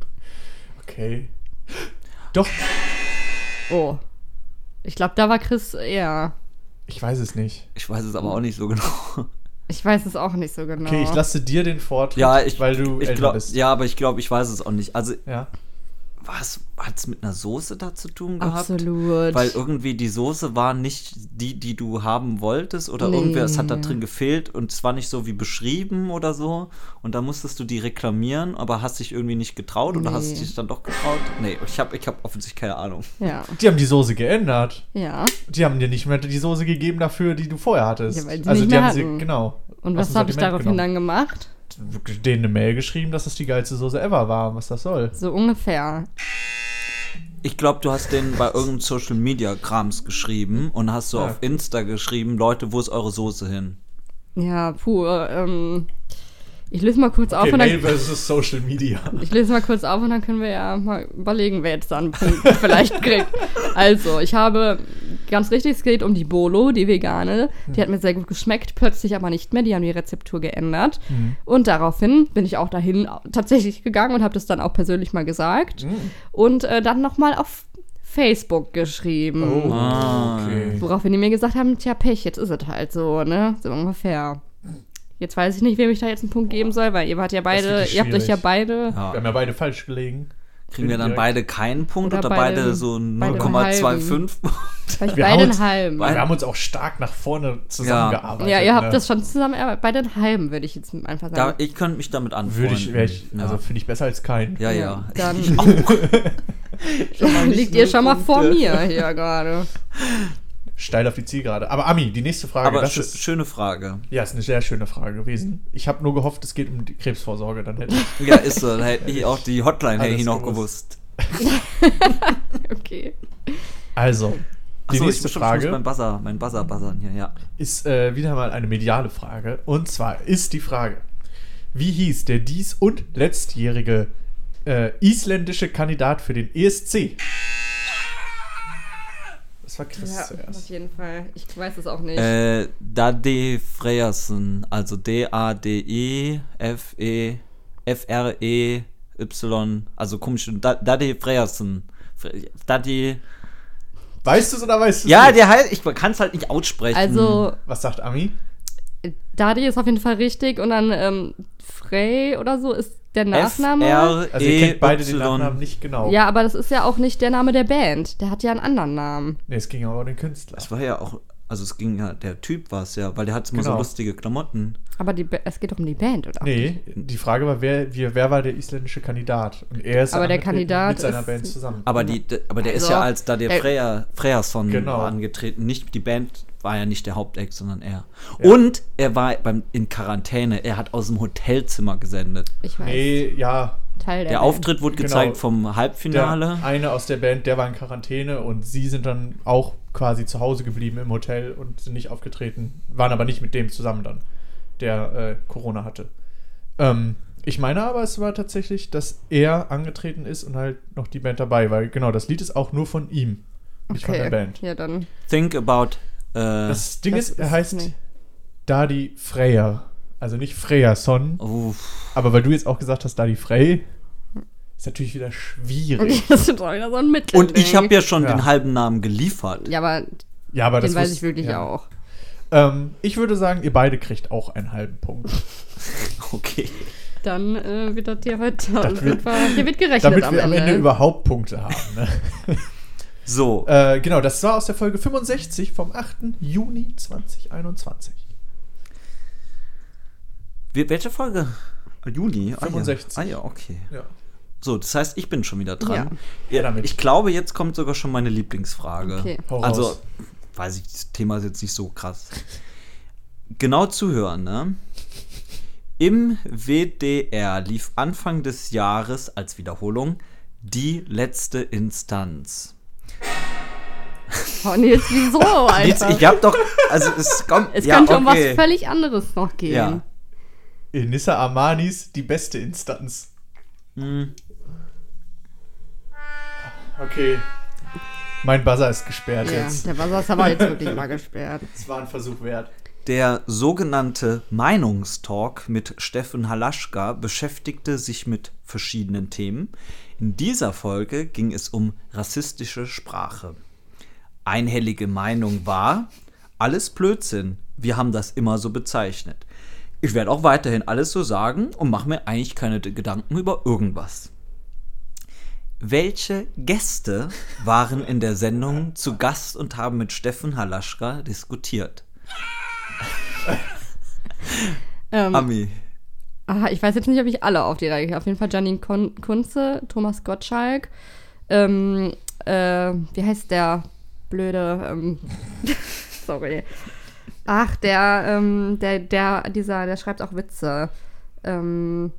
Speaker 1: Okay. Doch,
Speaker 2: Oh. Ich glaube, da war Chris eher.
Speaker 1: ich weiß es nicht.
Speaker 3: ich weiß es aber auch nicht so genau.
Speaker 2: Ich weiß es auch nicht so genau.
Speaker 1: Okay, ich lasse dir den Vortritt,
Speaker 3: Ja, ich,
Speaker 1: weil du
Speaker 3: ich
Speaker 1: älter
Speaker 3: glaub,
Speaker 1: bist.
Speaker 3: Ja, aber ich glaube, ich weiß es auch nicht. Also
Speaker 1: Ja.
Speaker 3: was hat es mit einer Soße da zu tun gehabt?
Speaker 2: Absolut.
Speaker 3: Weil oh. irgendwie die Soße war nicht die, die du haben wolltest oder
Speaker 2: Nee.
Speaker 3: irgendwas hat da drin gefehlt und es war nicht so wie beschrieben oder so und da musstest du die reklamieren, aber hast dich irgendwie nicht getraut oder hast
Speaker 2: Nee.
Speaker 3: dich dann doch getraut? Nee, ich habe ich hab offensichtlich keine Ahnung.
Speaker 2: ja.
Speaker 1: Die haben die Soße geändert.
Speaker 2: Ja.
Speaker 1: Die haben dir nicht mehr die Soße gegeben dafür, die du vorher hattest.
Speaker 2: Ja, weil die
Speaker 1: also
Speaker 2: nicht
Speaker 1: die
Speaker 2: mehr
Speaker 1: haben
Speaker 2: hatten.
Speaker 1: sie, genau.
Speaker 2: Und
Speaker 1: aus
Speaker 2: was
Speaker 1: dem
Speaker 2: habe ich
Speaker 1: Sortiment
Speaker 2: daraufhin
Speaker 1: genommen.
Speaker 2: dann gemacht?
Speaker 1: Denen eine Mail geschrieben, dass das die geilste Soße ever war und was das soll.
Speaker 2: So ungefähr.
Speaker 3: Ich glaube, du hast den bei irgendeinem Social Media Krams geschrieben und hast so
Speaker 1: Ja.
Speaker 3: auf Insta geschrieben, Leute, wo ist eure Soße hin?
Speaker 2: Ja, puh. Ähm, ich löse mal kurz auf
Speaker 1: Okay,
Speaker 2: und
Speaker 1: Mail
Speaker 2: dann.
Speaker 1: versus Social Media.
Speaker 2: Ich löse mal kurz auf und dann können wir ja mal überlegen, wer jetzt dann einen Punkt vielleicht kriegt. Also, ich habe ganz richtig, es geht um die Bolo, die vegane. Die hat mir sehr gut geschmeckt, plötzlich aber nicht mehr. Die haben die Rezeptur geändert. Und daraufhin bin ich auch dahin tatsächlich gegangen und habe das dann auch persönlich mal gesagt. Und äh, dann nochmal auf Facebook
Speaker 3: Oh.
Speaker 2: geschrieben.
Speaker 1: Oh, okay.
Speaker 2: Woraufhin die mir gesagt haben, tja, Pech, jetzt ist es halt so, ne? So ungefähr. Jetzt weiß ich nicht, wem ich da jetzt einen Punkt geben soll, weil ihr wart ja beide,
Speaker 1: wirklich
Speaker 2: ihr habt euch ja
Speaker 3: Ah.
Speaker 1: schwierig.
Speaker 2: beide
Speaker 1: Wir haben ja beide falsch gelegen.
Speaker 3: Kriegen wir dann
Speaker 1: Indirekt.
Speaker 3: beide keinen Punkt
Speaker 2: Oder
Speaker 3: oder, beide
Speaker 2: beide-
Speaker 3: so
Speaker 2: beide einen
Speaker 3: 0,25
Speaker 2: Vielleicht
Speaker 1: Wir
Speaker 2: beide
Speaker 1: haben
Speaker 2: einen
Speaker 1: uns-
Speaker 2: halben.
Speaker 1: Wir haben uns auch stark nach vorne zusammengearbeitet.
Speaker 2: Ja, ihr habt
Speaker 1: ne?
Speaker 2: das schon zusammen erarbeitet. Bei den Halben würde ich jetzt einfach
Speaker 3: Da,
Speaker 2: sagen.
Speaker 3: ich könnte mich damit anfreunden.
Speaker 1: Würde ich, wär ich
Speaker 3: ja.
Speaker 1: also finde ich besser als kein.
Speaker 3: ja, ja.
Speaker 2: Ja, dann-
Speaker 3: ich auch.
Speaker 2: Liegt ihr schon mal vor mir hier gerade.
Speaker 1: Steil auf die Zielgerade. Aber Ami, die nächste Frage,
Speaker 3: Aber
Speaker 1: das
Speaker 3: schö-
Speaker 1: ist,
Speaker 3: schöne Frage.
Speaker 1: ja, ist eine sehr schöne Frage gewesen. Ich habe nur gehofft, es geht um die Krebsvorsorge. Dann hätte ich,
Speaker 3: Ja, ist so. Da hätte ich auch die Hotline hätte
Speaker 1: Alles
Speaker 3: ich noch
Speaker 1: gewusst.
Speaker 3: gewusst.
Speaker 2: Okay.
Speaker 1: also, die
Speaker 3: Achso, ich,
Speaker 1: nächste
Speaker 3: stimmt, ich muss
Speaker 1: Frage
Speaker 3: mein Buzzer, mein Buzzer buzzern hier, ja.
Speaker 1: ist äh, wieder mal eine mediale Frage. Und zwar ist die Frage, wie hieß der dies- und letztjährige äh, isländische Kandidat für den E ESC? Das war Chris
Speaker 2: Ja, auf
Speaker 1: zuerst.
Speaker 2: jeden Fall. Ich weiß es auch nicht.
Speaker 3: Äh, Dade Freyerson, also E D-A-D-E-F-E, F-R-E-Y, E also komisch, Da- Dade Freyerson. Fre- Dade.
Speaker 1: Weißt du es oder weißt du es
Speaker 3: Ja,
Speaker 1: nicht?
Speaker 3: der heißt, ich kann es halt nicht aussprechen.
Speaker 2: also,
Speaker 1: Was sagt Ami?
Speaker 2: Dadi ist auf jeden Fall richtig und dann ähm, Frey oder so ist der
Speaker 3: E
Speaker 2: Nachname.
Speaker 1: Also ihr kennt beide den Nachnamen
Speaker 3: F-R-E-Y.
Speaker 1: nicht genau.
Speaker 2: Ja, aber das ist ja auch nicht der Name der Band. Der hat ja einen anderen Namen.
Speaker 1: Nee, es ging aber um den Künstler.
Speaker 3: Das war ja auch, also es ging ja, der Typ war es ja, weil der hat immer
Speaker 1: Genau.
Speaker 3: so lustige Klamotten.
Speaker 2: Aber die, Ba- es geht doch um die Band, oder?
Speaker 1: Nee, die Frage war, wer, wie, wer war der isländische Kandidat? Und er ist
Speaker 2: Aber
Speaker 1: ja
Speaker 2: der
Speaker 1: mit,
Speaker 2: Kandidat
Speaker 1: mit seiner
Speaker 2: ist-
Speaker 1: Band zusammen.
Speaker 3: Aber, die, d- aber der ist
Speaker 2: Also,
Speaker 3: ja als Dade
Speaker 2: der-
Speaker 3: Freya, Freyerson
Speaker 1: Genau.
Speaker 3: angetreten. Nicht, die Band war ja nicht der Haupteck, sondern er. Und er war beim, in Quarantäne. Er hat aus dem Hotelzimmer gesendet.
Speaker 2: Ich weiß.
Speaker 1: nee, ja,
Speaker 2: Teil der,
Speaker 3: Der
Speaker 2: Band.
Speaker 3: Auftritt wurde
Speaker 1: Genau.
Speaker 3: gezeigt vom
Speaker 1: der
Speaker 3: Halbfinale.
Speaker 1: eine aus der Band, der war in Quarantäne und sie sind dann auch quasi zu Hause geblieben im Hotel und sind nicht aufgetreten, waren aber nicht mit dem zusammen dann, der äh, Corona hatte. Ähm, ich meine aber, es war tatsächlich, dass er angetreten ist und halt noch die Band dabei, weil genau, das Lied ist auch nur von ihm, nicht von der Band.
Speaker 2: Ja, dann.
Speaker 3: Think about. Äh,
Speaker 1: Das Ding
Speaker 2: das
Speaker 1: ist, er
Speaker 2: ist-
Speaker 1: heißt
Speaker 2: nee.
Speaker 1: Dadi Freya. Also nicht Freyason.
Speaker 3: uff.
Speaker 1: Aber weil du jetzt auch gesagt hast, Dadi Frey, ist natürlich wieder schwierig.
Speaker 2: das ist doch wieder so ein Mittel.
Speaker 3: Und ich habe ja schon
Speaker 1: Ja.
Speaker 3: den halben Namen geliefert.
Speaker 2: Ja, aber
Speaker 1: Ja, aber
Speaker 2: den
Speaker 1: das
Speaker 2: weiß
Speaker 1: wus-
Speaker 2: ich wirklich
Speaker 1: ja.
Speaker 2: auch.
Speaker 1: Ähm, ich würde sagen, ihr beide kriegt auch einen halben Punkt.
Speaker 3: Okay.
Speaker 2: Dann äh, wird das hier heute
Speaker 1: Das wird-
Speaker 2: super. Hier wird gerechnet
Speaker 1: Damit
Speaker 2: am,
Speaker 1: wir am
Speaker 2: Ende.
Speaker 1: Ende überhaupt Punkte haben. Ne?
Speaker 3: So.
Speaker 1: äh, genau, das war aus der Folge 65 vom 8. Juni 2021.
Speaker 3: wie- Welche Folge? Juni.
Speaker 1: 65.
Speaker 3: Ah ja, ah, ja okay.
Speaker 1: Ja.
Speaker 3: So, das heißt, ich bin schon wieder dran.
Speaker 1: Ja.
Speaker 3: Ja.
Speaker 1: damit.
Speaker 3: Ich glaube, jetzt kommt sogar schon meine Lieblingsfrage.
Speaker 2: Okay.
Speaker 1: Hau raus.
Speaker 3: Also, weiß ich, das Thema ist jetzt nicht so krass. Genau zuhören, ne? Im WDR lief Anfang des Jahres als Wiederholung die letzte Instanz.
Speaker 2: oh, nee, jetzt wieso,
Speaker 3: Jetzt,
Speaker 2: Alter?
Speaker 3: ich hab doch, also es kommt,
Speaker 2: es
Speaker 3: ja,
Speaker 2: könnte um was
Speaker 3: okay.
Speaker 2: völlig anderes noch gehen.
Speaker 3: Ja.
Speaker 1: Nissa Armanis, die beste Instanz.
Speaker 2: Hm.
Speaker 1: Okay. Mein Buzzer ist gesperrt
Speaker 2: Ja,
Speaker 1: jetzt.
Speaker 2: der Buzzer ist aber jetzt wirklich mal gesperrt.
Speaker 1: Das war ein Versuch wert.
Speaker 3: Der sogenannte Meinungstalk mit Steffen Halaschka beschäftigte sich mit verschiedenen Themen. In dieser Folge ging es um rassistische Sprache. Einhellige Meinung war, alles Blödsinn. Wir haben das immer so bezeichnet. Ich werde auch weiterhin alles so sagen und mache mir eigentlich keine Gedanken über irgendwas. Welche Gäste waren in der Sendung zu Gast und haben mit Steffen Halaschka diskutiert?
Speaker 2: Ähm,
Speaker 3: Ami.
Speaker 2: ah, ich weiß jetzt nicht, ob ich alle auf die Reihe Auf jeden Fall Janine Kon Kunze, Thomas Gottschalk. Ähm, äh, wie heißt der blöde? Ähm, sorry. Ach, der, ähm, der, der, dieser, der schreibt auch Witze. Ähm,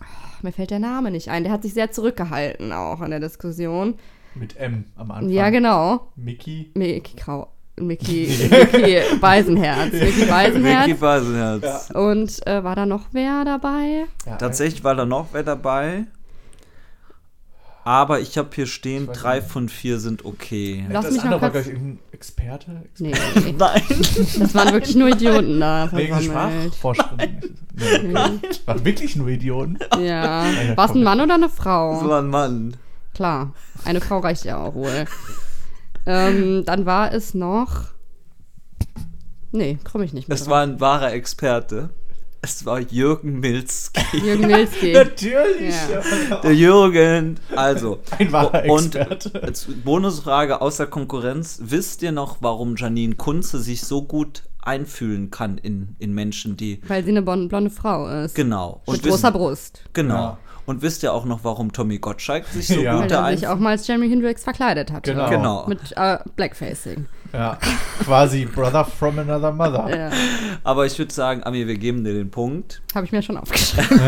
Speaker 2: oh, mir fällt der Name nicht ein. Der hat sich sehr zurückgehalten auch in der Diskussion.
Speaker 1: Mit M am Anfang.
Speaker 2: Ja, genau.
Speaker 1: Mickey.
Speaker 2: Mickey Krau. Mickey, Mickey Beisenherz. Mickey Beisenherz.
Speaker 3: Vicky Beisenherz.
Speaker 2: Und äh, war da noch wer dabei?
Speaker 1: Ja,
Speaker 3: Tatsächlich war da noch wer dabei. Aber ich habe hier stehen,
Speaker 1: weiß
Speaker 3: drei
Speaker 1: nicht.
Speaker 3: von vier sind okay.
Speaker 2: Lass
Speaker 1: das
Speaker 2: mich noch
Speaker 1: andere war,
Speaker 2: kurz-
Speaker 1: glaube ich, irgendein Experte.
Speaker 2: Nee,
Speaker 3: Nein.
Speaker 2: das waren wirklich nur Idioten da
Speaker 1: Wegen
Speaker 2: versammelt.
Speaker 1: Sprachforschung. Nee, War wirklich nur Idioten.
Speaker 2: Ja. War es ein Mann oder eine
Speaker 3: Das
Speaker 2: Frau?
Speaker 3: war ein Mann.
Speaker 2: Klar, eine Frau reicht ja auch wohl. ähm, dann war es noch. Nee, komme ich nicht mehr.
Speaker 3: Das
Speaker 2: drauf.
Speaker 3: war ein wahrer Experte. Es war Jürgen Milzki.
Speaker 2: Jürgen Milzki.
Speaker 1: Natürlich.
Speaker 2: Ja.
Speaker 3: Der Jürgen. Also.
Speaker 1: Ein wahrer
Speaker 3: und
Speaker 1: Experte.
Speaker 3: als Bonusfrage außer Konkurrenz. Wisst ihr noch, warum Janine Kunze sich so gut einfühlen kann in, in Menschen, die.
Speaker 2: Weil sie eine bon- blonde Frau ist.
Speaker 3: Genau.
Speaker 2: Mit
Speaker 3: wisst-
Speaker 2: großer Brust.
Speaker 3: Genau.
Speaker 1: Ja.
Speaker 3: Und wisst ihr auch noch, warum Tommy Gottschalk sich so
Speaker 1: Ja.
Speaker 3: gut
Speaker 2: Weil
Speaker 3: da
Speaker 2: er sich
Speaker 3: einfühlt?
Speaker 2: auch mal als Jeremy Hendrix verkleidet hatte.
Speaker 1: Genau.
Speaker 3: Genau.
Speaker 2: Mit äh, Blackfacing.
Speaker 1: Ja, quasi Brother from another mother.
Speaker 2: Ja,
Speaker 3: Aber ich würde sagen, Ami, wir geben dir den Punkt.
Speaker 2: Habe ich mir schon aufgeschrieben.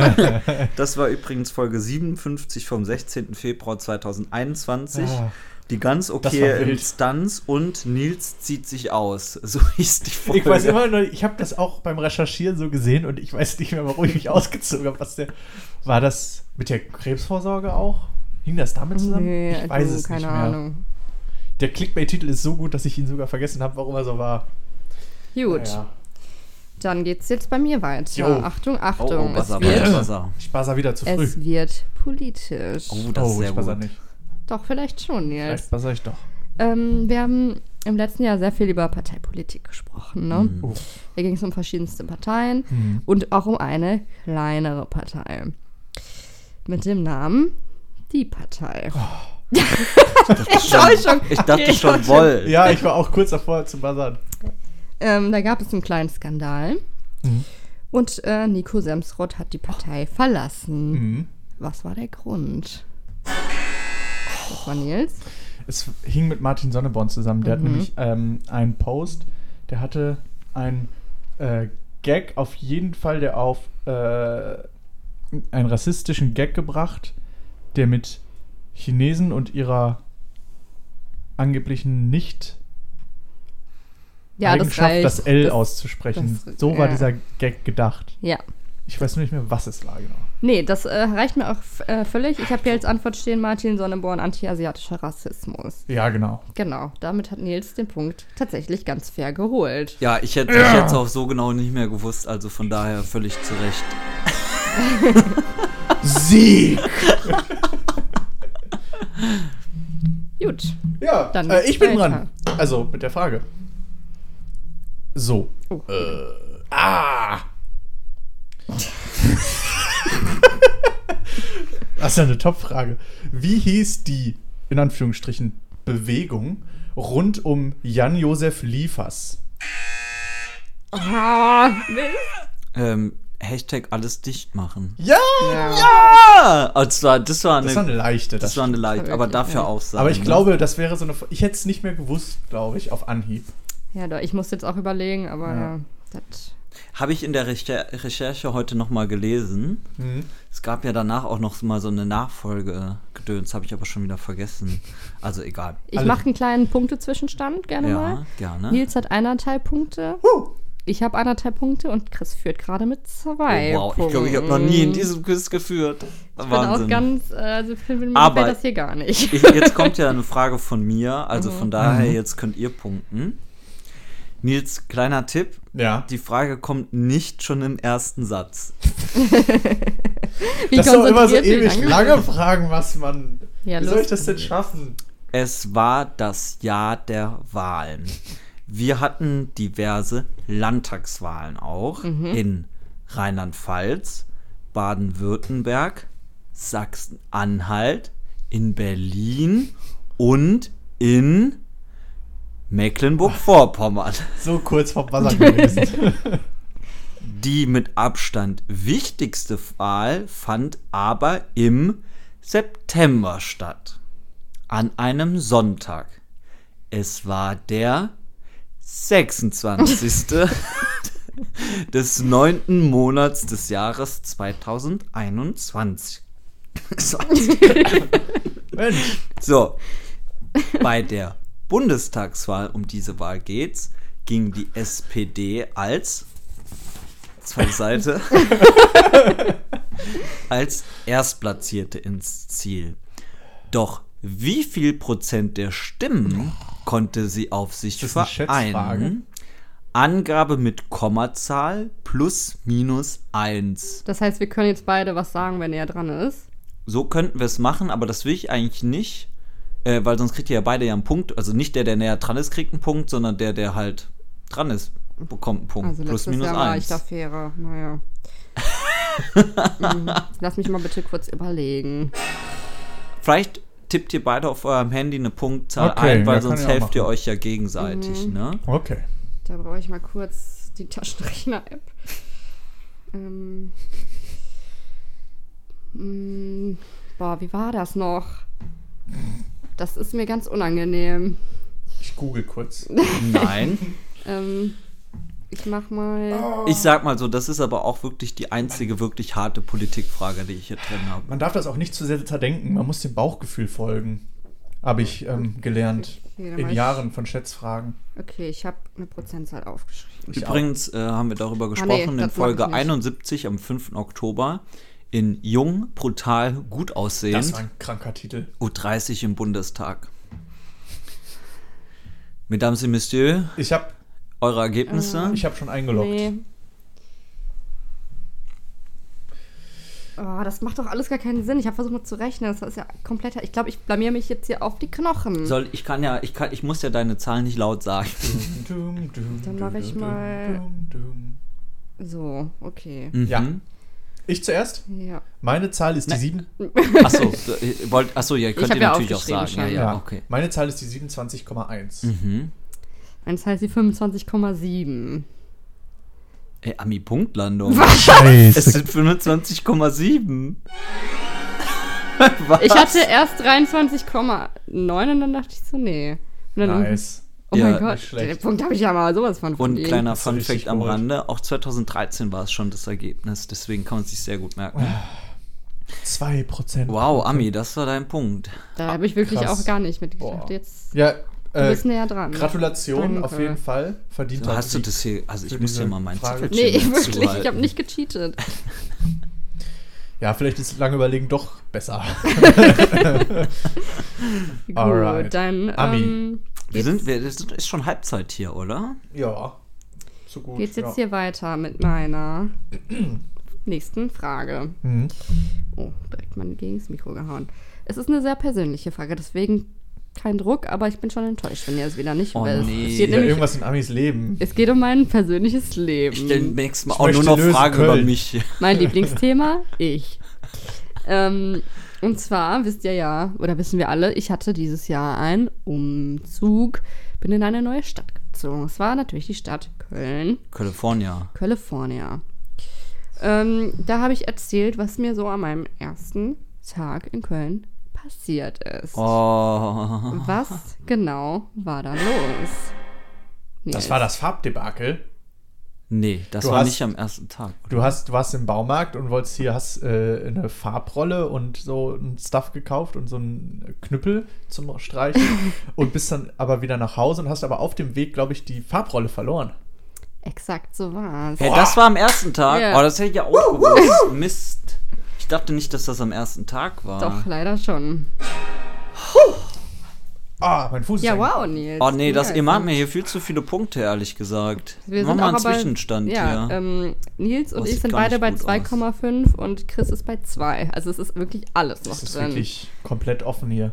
Speaker 3: Das war übrigens Folge 57 vom 16. Februar 2021.
Speaker 1: Ah.
Speaker 3: Die ganz
Speaker 1: war
Speaker 3: okay
Speaker 1: wild.
Speaker 3: Instanz und Nils zieht sich aus. So hieß die Folge.
Speaker 1: Ich weiß immer noch, ich habe das auch beim Recherchieren so gesehen und ich weiß nicht mehr, warum ich mich ausgezogen habe. Was der, war das mit der Krebsvorsorge auch? Hing das damit zusammen? ich weiß
Speaker 2: du,
Speaker 1: es
Speaker 2: also keine
Speaker 1: nicht mehr.
Speaker 2: Ahnung.
Speaker 1: Der Clickbait-Titel ist so gut, dass ich ihn sogar vergessen habe, warum er so war.
Speaker 2: Gut,
Speaker 1: Ja.
Speaker 2: dann geht's jetzt bei mir weiter.
Speaker 1: Jo.
Speaker 2: Achtung,
Speaker 3: Oh,
Speaker 2: Achtung.
Speaker 3: oh,
Speaker 2: es,
Speaker 3: Wasser,
Speaker 2: wird,
Speaker 3: Wasser, Wasser.
Speaker 1: Ich war wieder zu früh.
Speaker 2: es wird politisch.
Speaker 3: Oh, das ist
Speaker 1: ich
Speaker 3: sehr
Speaker 1: war's auch
Speaker 3: gut.
Speaker 1: nicht.
Speaker 2: Doch, vielleicht schon, Nils.
Speaker 1: Vielleicht war ich doch.
Speaker 2: Ähm, wir haben im letzten Jahr sehr viel über Parteipolitik gesprochen. Ne?
Speaker 1: Oh.
Speaker 2: Da ging es um verschiedenste Parteien und auch um eine kleinere Partei. Mit dem Namen Die Partei. Enttäuschung.
Speaker 3: Ich dachte schon, woll.
Speaker 1: Ja, ich war auch kurz davor zu buzzern.
Speaker 2: Ähm, da gab es einen kleinen Skandal. Mhm. Und äh, Nico Semsrott hat die Partei verlassen.
Speaker 1: Mhm.
Speaker 2: Was war der Grund? Das war Nils.
Speaker 1: es hing mit Martin Sonneborn zusammen. Der hat
Speaker 2: Mhm.
Speaker 1: nämlich ähm, einen Post, der hatte einen äh, Gag auf jeden Fall, der auf äh, einen rassistischen Gag gebracht, der mit Chinesen und ihrer angeblichen nicht
Speaker 2: Ja, das
Speaker 1: Eigenschaft,
Speaker 2: reicht.
Speaker 1: das L auszusprechen.
Speaker 2: das-
Speaker 1: so war
Speaker 2: ja.
Speaker 1: dieser Gag gedacht.
Speaker 2: Ja.
Speaker 1: Ich weiß nur nicht mehr, was es war genau.
Speaker 2: Nee, das äh, reicht mir auch f- äh, völlig. Ich habe hier als Antwort stehen, Martin Sonneborn, antiasiatischer Rassismus.
Speaker 1: Ja, genau.
Speaker 2: Genau, damit hat Nils den Punkt tatsächlich ganz fair geholt.
Speaker 3: Ja, ich hätte es jetzt auch so genau nicht mehr gewusst, also von daher völlig zu Recht.
Speaker 1: Sieg!
Speaker 2: Gut.
Speaker 1: Ja,
Speaker 2: Dann
Speaker 1: äh, ich bin
Speaker 2: weiter.
Speaker 1: dran. Also mit der Frage. So. äh, ah!
Speaker 2: Oh.
Speaker 1: Das ist ja eine Top-Frage. Wie hieß die, in Anführungsstrichen, Bewegung rund um Jan-Josef Liefers?
Speaker 2: Ah, Mist.
Speaker 3: Ähm, Hashtag alles dicht machen.
Speaker 1: Ja!
Speaker 2: ja.
Speaker 3: Ja! Und zwar, das war eine,
Speaker 1: Das war eine leichte. Das
Speaker 3: das war eine Leid, aber dafür auch sagen.
Speaker 1: aber ich
Speaker 3: ne?
Speaker 1: glaube, das wäre so eine. Ich hätte es nicht mehr gewusst, glaube ich, auf Anhieb.
Speaker 2: ja, doch, ich musste jetzt auch überlegen, aber
Speaker 1: Ja.
Speaker 2: ja. das,
Speaker 3: Habe ich in der Recher Recherche heute nochmal gelesen. Es gab ja danach auch noch mal so eine Nachfolge-Gedöns, habe ich aber schon wieder vergessen. Also egal.
Speaker 2: ich
Speaker 1: Alle-
Speaker 2: mache einen kleinen Punktezwischenstand gerne
Speaker 3: Ja,
Speaker 2: mal.
Speaker 3: gerne.
Speaker 2: Nils hat eineinhalb Punkte,
Speaker 1: Huh.
Speaker 2: ich habe eineinhalb Punkte und Chris führt gerade mit zwei.
Speaker 3: Oh, wow, ich glaube, ich habe noch
Speaker 2: Punkten.
Speaker 3: nie in diesem Quiz geführt.
Speaker 2: Ich bin
Speaker 3: Wahnsinn.
Speaker 2: auch ganz, äh, also für mich
Speaker 3: Aber-
Speaker 2: wäre das hier gar nicht.
Speaker 3: Ich, jetzt kommt ja eine Frage von mir, also
Speaker 2: Mhm.
Speaker 3: von daher, jetzt könnt ihr punkten. Nils, kleiner Tipp.
Speaker 1: Ja.
Speaker 3: Die Frage kommt nicht schon im ersten Satz.
Speaker 2: Wie
Speaker 1: das sind auch immer so
Speaker 2: konzentriert wir
Speaker 1: ewig
Speaker 2: lang-
Speaker 1: lange Fragen, was man.
Speaker 2: Ja,
Speaker 1: wie soll ich
Speaker 2: lustig.
Speaker 1: das denn schaffen?
Speaker 3: Es war das Jahr der Wahlen. Wir hatten diverse Landtagswahlen auch in Rheinland-Pfalz, Baden-Württemberg, Sachsen-Anhalt, in Berlin und in Mecklenburg-Vorpommern.
Speaker 1: So kurz vor Wasser gewesen.
Speaker 3: Die mit Abstand wichtigste Wahl fand aber im September statt. An einem Sonntag. Es war der 26. des neunten Monats des Jahres 2021.
Speaker 1: Mensch.
Speaker 3: So, bei der Bundestagswahl, um diese Wahl geht's, ging die SPD als zweite Seite als Erstplatzierte ins Ziel. Doch wie viel Prozent der Stimmen konnte sie auf sich
Speaker 1: Das ist eine Schätzfrage.
Speaker 3: vereinen? Angabe mit Kommazahl plus minus eins.
Speaker 2: Das heißt, wir können jetzt beide was sagen, wenn er dran ist.
Speaker 3: so könnten wir es machen, aber das will ich eigentlich nicht, äh, weil sonst kriegt ihr ja beide ja einen Punkt. Also nicht der, der näher dran ist, kriegt einen Punkt, sondern der, der halt dran ist. bekommt einen Punkt.
Speaker 2: Also
Speaker 3: Plus
Speaker 2: letztes
Speaker 3: minus
Speaker 2: Jahr war
Speaker 3: eins.
Speaker 2: ich da fairer. Naja. Mhm. Lass mich mal bitte kurz überlegen.
Speaker 3: Vielleicht tippt ihr beide auf eurem Handy eine Punktzahl
Speaker 1: Okay,
Speaker 3: ein, weil
Speaker 1: ja, kann
Speaker 3: sonst
Speaker 1: ich auch
Speaker 3: helft ihr
Speaker 1: machen.
Speaker 3: euch ja gegenseitig,
Speaker 2: Mhm.
Speaker 3: ne?
Speaker 1: Okay.
Speaker 2: Da brauche ich mal kurz die Taschenrechner-App. Ähm. Mm, Boah, wie war das noch? Das ist mir ganz unangenehm.
Speaker 1: Ich google kurz.
Speaker 3: Nein.
Speaker 2: Ähm, ich mach mal.
Speaker 3: Ich sag mal so, das ist aber auch wirklich die einzige wirklich harte Politikfrage, die ich hier drin habe.
Speaker 1: Man darf das auch nicht zu sehr zerdenken. Man muss dem Bauchgefühl folgen. Habe ich ähm, gelernt.
Speaker 2: Okay, dann
Speaker 1: in
Speaker 2: mach ich-
Speaker 1: Jahren von Schätzfragen.
Speaker 2: Okay, ich habe eine Prozentzahl aufgeschrieben.
Speaker 1: Ich auch.
Speaker 3: Übrigens äh, haben wir darüber
Speaker 2: Ah, nee,
Speaker 3: gesprochen in
Speaker 2: das mach ich
Speaker 3: Folge
Speaker 2: nicht.
Speaker 3: 71 am 5. Oktober. In Jung, brutal, gut
Speaker 1: Das
Speaker 3: aussehend.
Speaker 1: war ein kranker Titel.
Speaker 3: U30 im Bundestag. Mesdames et Messieurs,
Speaker 1: Ich habe
Speaker 3: eure Ergebnisse.
Speaker 1: Äh, ich hab schon eingeloggt.
Speaker 2: Nee. Oh, das macht doch alles gar keinen Sinn. Ich habe versucht mal zu rechnen. Das ist ja komplett. Ich glaube, ich blamier mich jetzt hier auf die Knochen.
Speaker 3: Soll, ich kann ja, ich kann, ich muss ja deine Zahlen nicht laut sagen.
Speaker 1: Dum, dum,
Speaker 2: Dann
Speaker 1: dum,
Speaker 2: mach ich
Speaker 1: dum,
Speaker 2: mal-
Speaker 1: dum, dum.
Speaker 2: So, okay.
Speaker 1: Ja.
Speaker 3: Mhm.
Speaker 1: Ich zuerst?
Speaker 3: Hm.
Speaker 2: Ja.
Speaker 1: Meine Zahl ist die
Speaker 3: Ne.
Speaker 1: 7.
Speaker 3: Achso, so, ihr wollt, achso, ihr könnt
Speaker 2: hab
Speaker 3: ihr
Speaker 2: ja
Speaker 3: natürlich auch
Speaker 2: aufgeschrieben
Speaker 3: sagen. Ja,
Speaker 2: schon.
Speaker 3: ja, okay.
Speaker 1: Meine Zahl ist die 27,1.
Speaker 3: Mhm.
Speaker 2: Eins heißt die 25,7.
Speaker 3: Ey, Ami-Punktlandung. Es
Speaker 1: Scheiße.
Speaker 3: sind 25,7. Was?
Speaker 2: Ich hatte erst 23,9 und dann dachte ich so, nee. Und dann,
Speaker 1: Nice.
Speaker 2: Oh
Speaker 3: Ja,
Speaker 2: mein Gott,
Speaker 1: nicht schlecht.
Speaker 2: den Punkt habe ich ja mal sowas von
Speaker 3: Und ein
Speaker 2: verdient.
Speaker 3: kleiner
Speaker 1: Hast du
Speaker 3: Funfact
Speaker 1: richtig
Speaker 3: am
Speaker 1: geholt.
Speaker 3: Rande, auch 2013 war es schon das Ergebnis, deswegen kann man es sich sehr gut merken.
Speaker 1: 2%.
Speaker 3: Wow, Ami, das war dein Punkt.
Speaker 2: Da habe ich wirklich
Speaker 1: Krass.
Speaker 2: auch gar nicht mitgedacht.
Speaker 1: Boah.
Speaker 2: Jetzt
Speaker 1: Ja,
Speaker 2: du
Speaker 1: äh,
Speaker 2: bist näher dran. äh.
Speaker 1: Gratulation
Speaker 2: Danke.
Speaker 1: auf jeden Fall. Verdient
Speaker 3: So, hast du das hier, also
Speaker 1: für
Speaker 3: ich muss
Speaker 1: diese
Speaker 3: hier mal mein
Speaker 1: Frage.
Speaker 3: Zettelchen
Speaker 2: Nee, wirklich, ich habe
Speaker 3: zuhalten.
Speaker 2: nicht gecheatet.
Speaker 1: Ja, vielleicht ist lange überlegen doch besser.
Speaker 2: Gut,
Speaker 1: Alright.
Speaker 2: dann
Speaker 1: Ami.
Speaker 2: ähm,
Speaker 3: Wir
Speaker 2: geht's,
Speaker 3: sind, wir, das ist schon Halbzeit hier, oder?
Speaker 1: ja, so gut.
Speaker 2: geht's jetzt
Speaker 1: ja.
Speaker 2: hier weiter mit meiner nächsten Frage.
Speaker 1: Mhm.
Speaker 2: Oh, direkt mal gegen das Mikro gehauen. Es ist eine sehr persönliche Frage, deswegen kein Druck, aber ich bin schon enttäuscht, wenn ihr es wieder nicht
Speaker 3: Oh,
Speaker 2: wisst.
Speaker 3: nee.
Speaker 2: Es geht
Speaker 1: Ja,
Speaker 2: nämlich
Speaker 1: irgendwas in Amis Leben.
Speaker 2: Es geht um mein persönliches Leben.
Speaker 3: Ich stelle nächstes Mal
Speaker 1: Ich
Speaker 3: auch nur
Speaker 1: möchte
Speaker 3: noch
Speaker 1: lösen,
Speaker 3: Fragen
Speaker 1: Köln.
Speaker 3: über mich.
Speaker 2: Mein Lieblingsthema? Ich. Ähm, und zwar wisst ihr ja, oder wissen wir alle, ich hatte dieses Jahr einen Umzug, bin in eine neue Stadt gezogen. Es war natürlich die Stadt Köln,
Speaker 3: California.
Speaker 2: California. Ähm, da habe ich erzählt, was mir so an meinem ersten Tag in Köln passiert ist.
Speaker 3: Oh.
Speaker 2: Was genau war da los?
Speaker 1: Das
Speaker 2: Nils.
Speaker 1: war das Farbdebakel.
Speaker 3: Nee, das
Speaker 1: Du
Speaker 3: war
Speaker 1: hast-
Speaker 3: nicht am ersten Tag.
Speaker 1: Du hast, du warst im Baumarkt und wolltest hier, hast äh, eine Farbrolle und so ein Stuff gekauft und so einen Knüppel zum Streichen und bist dann aber wieder nach Hause und hast aber auf dem Weg, glaube ich, die Farbrolle verloren.
Speaker 2: Exakt so war es.
Speaker 3: Hä, das war am ersten Tag?
Speaker 2: Ja.
Speaker 3: Oh, das hätte ich ja auch gewusst. Mist. Ich dachte nicht, dass das am ersten Tag war.
Speaker 2: Doch, leider schon.
Speaker 1: Ah, mein Fuß ist
Speaker 2: Ja,
Speaker 1: einge-
Speaker 2: wow, Nils.
Speaker 3: Oh nee, das,
Speaker 2: Mega,
Speaker 3: ihr macht
Speaker 2: Nils.
Speaker 3: mir hier viel zu viele Punkte, ehrlich gesagt.
Speaker 2: Wir
Speaker 3: Mach
Speaker 2: sind
Speaker 3: mal
Speaker 2: auch
Speaker 3: einen
Speaker 2: aber-
Speaker 3: Zwischenstand
Speaker 2: ja,
Speaker 3: hier.
Speaker 2: Ähm, Nils und
Speaker 3: Das
Speaker 2: ich
Speaker 3: sieht
Speaker 2: sind
Speaker 3: gar
Speaker 2: beide
Speaker 3: nicht
Speaker 2: bei
Speaker 3: gut aus.
Speaker 2: 2,5 und Chris ist bei 2. Also es ist wirklich alles noch
Speaker 1: Das ist
Speaker 2: drin.
Speaker 1: wirklich komplett offen hier.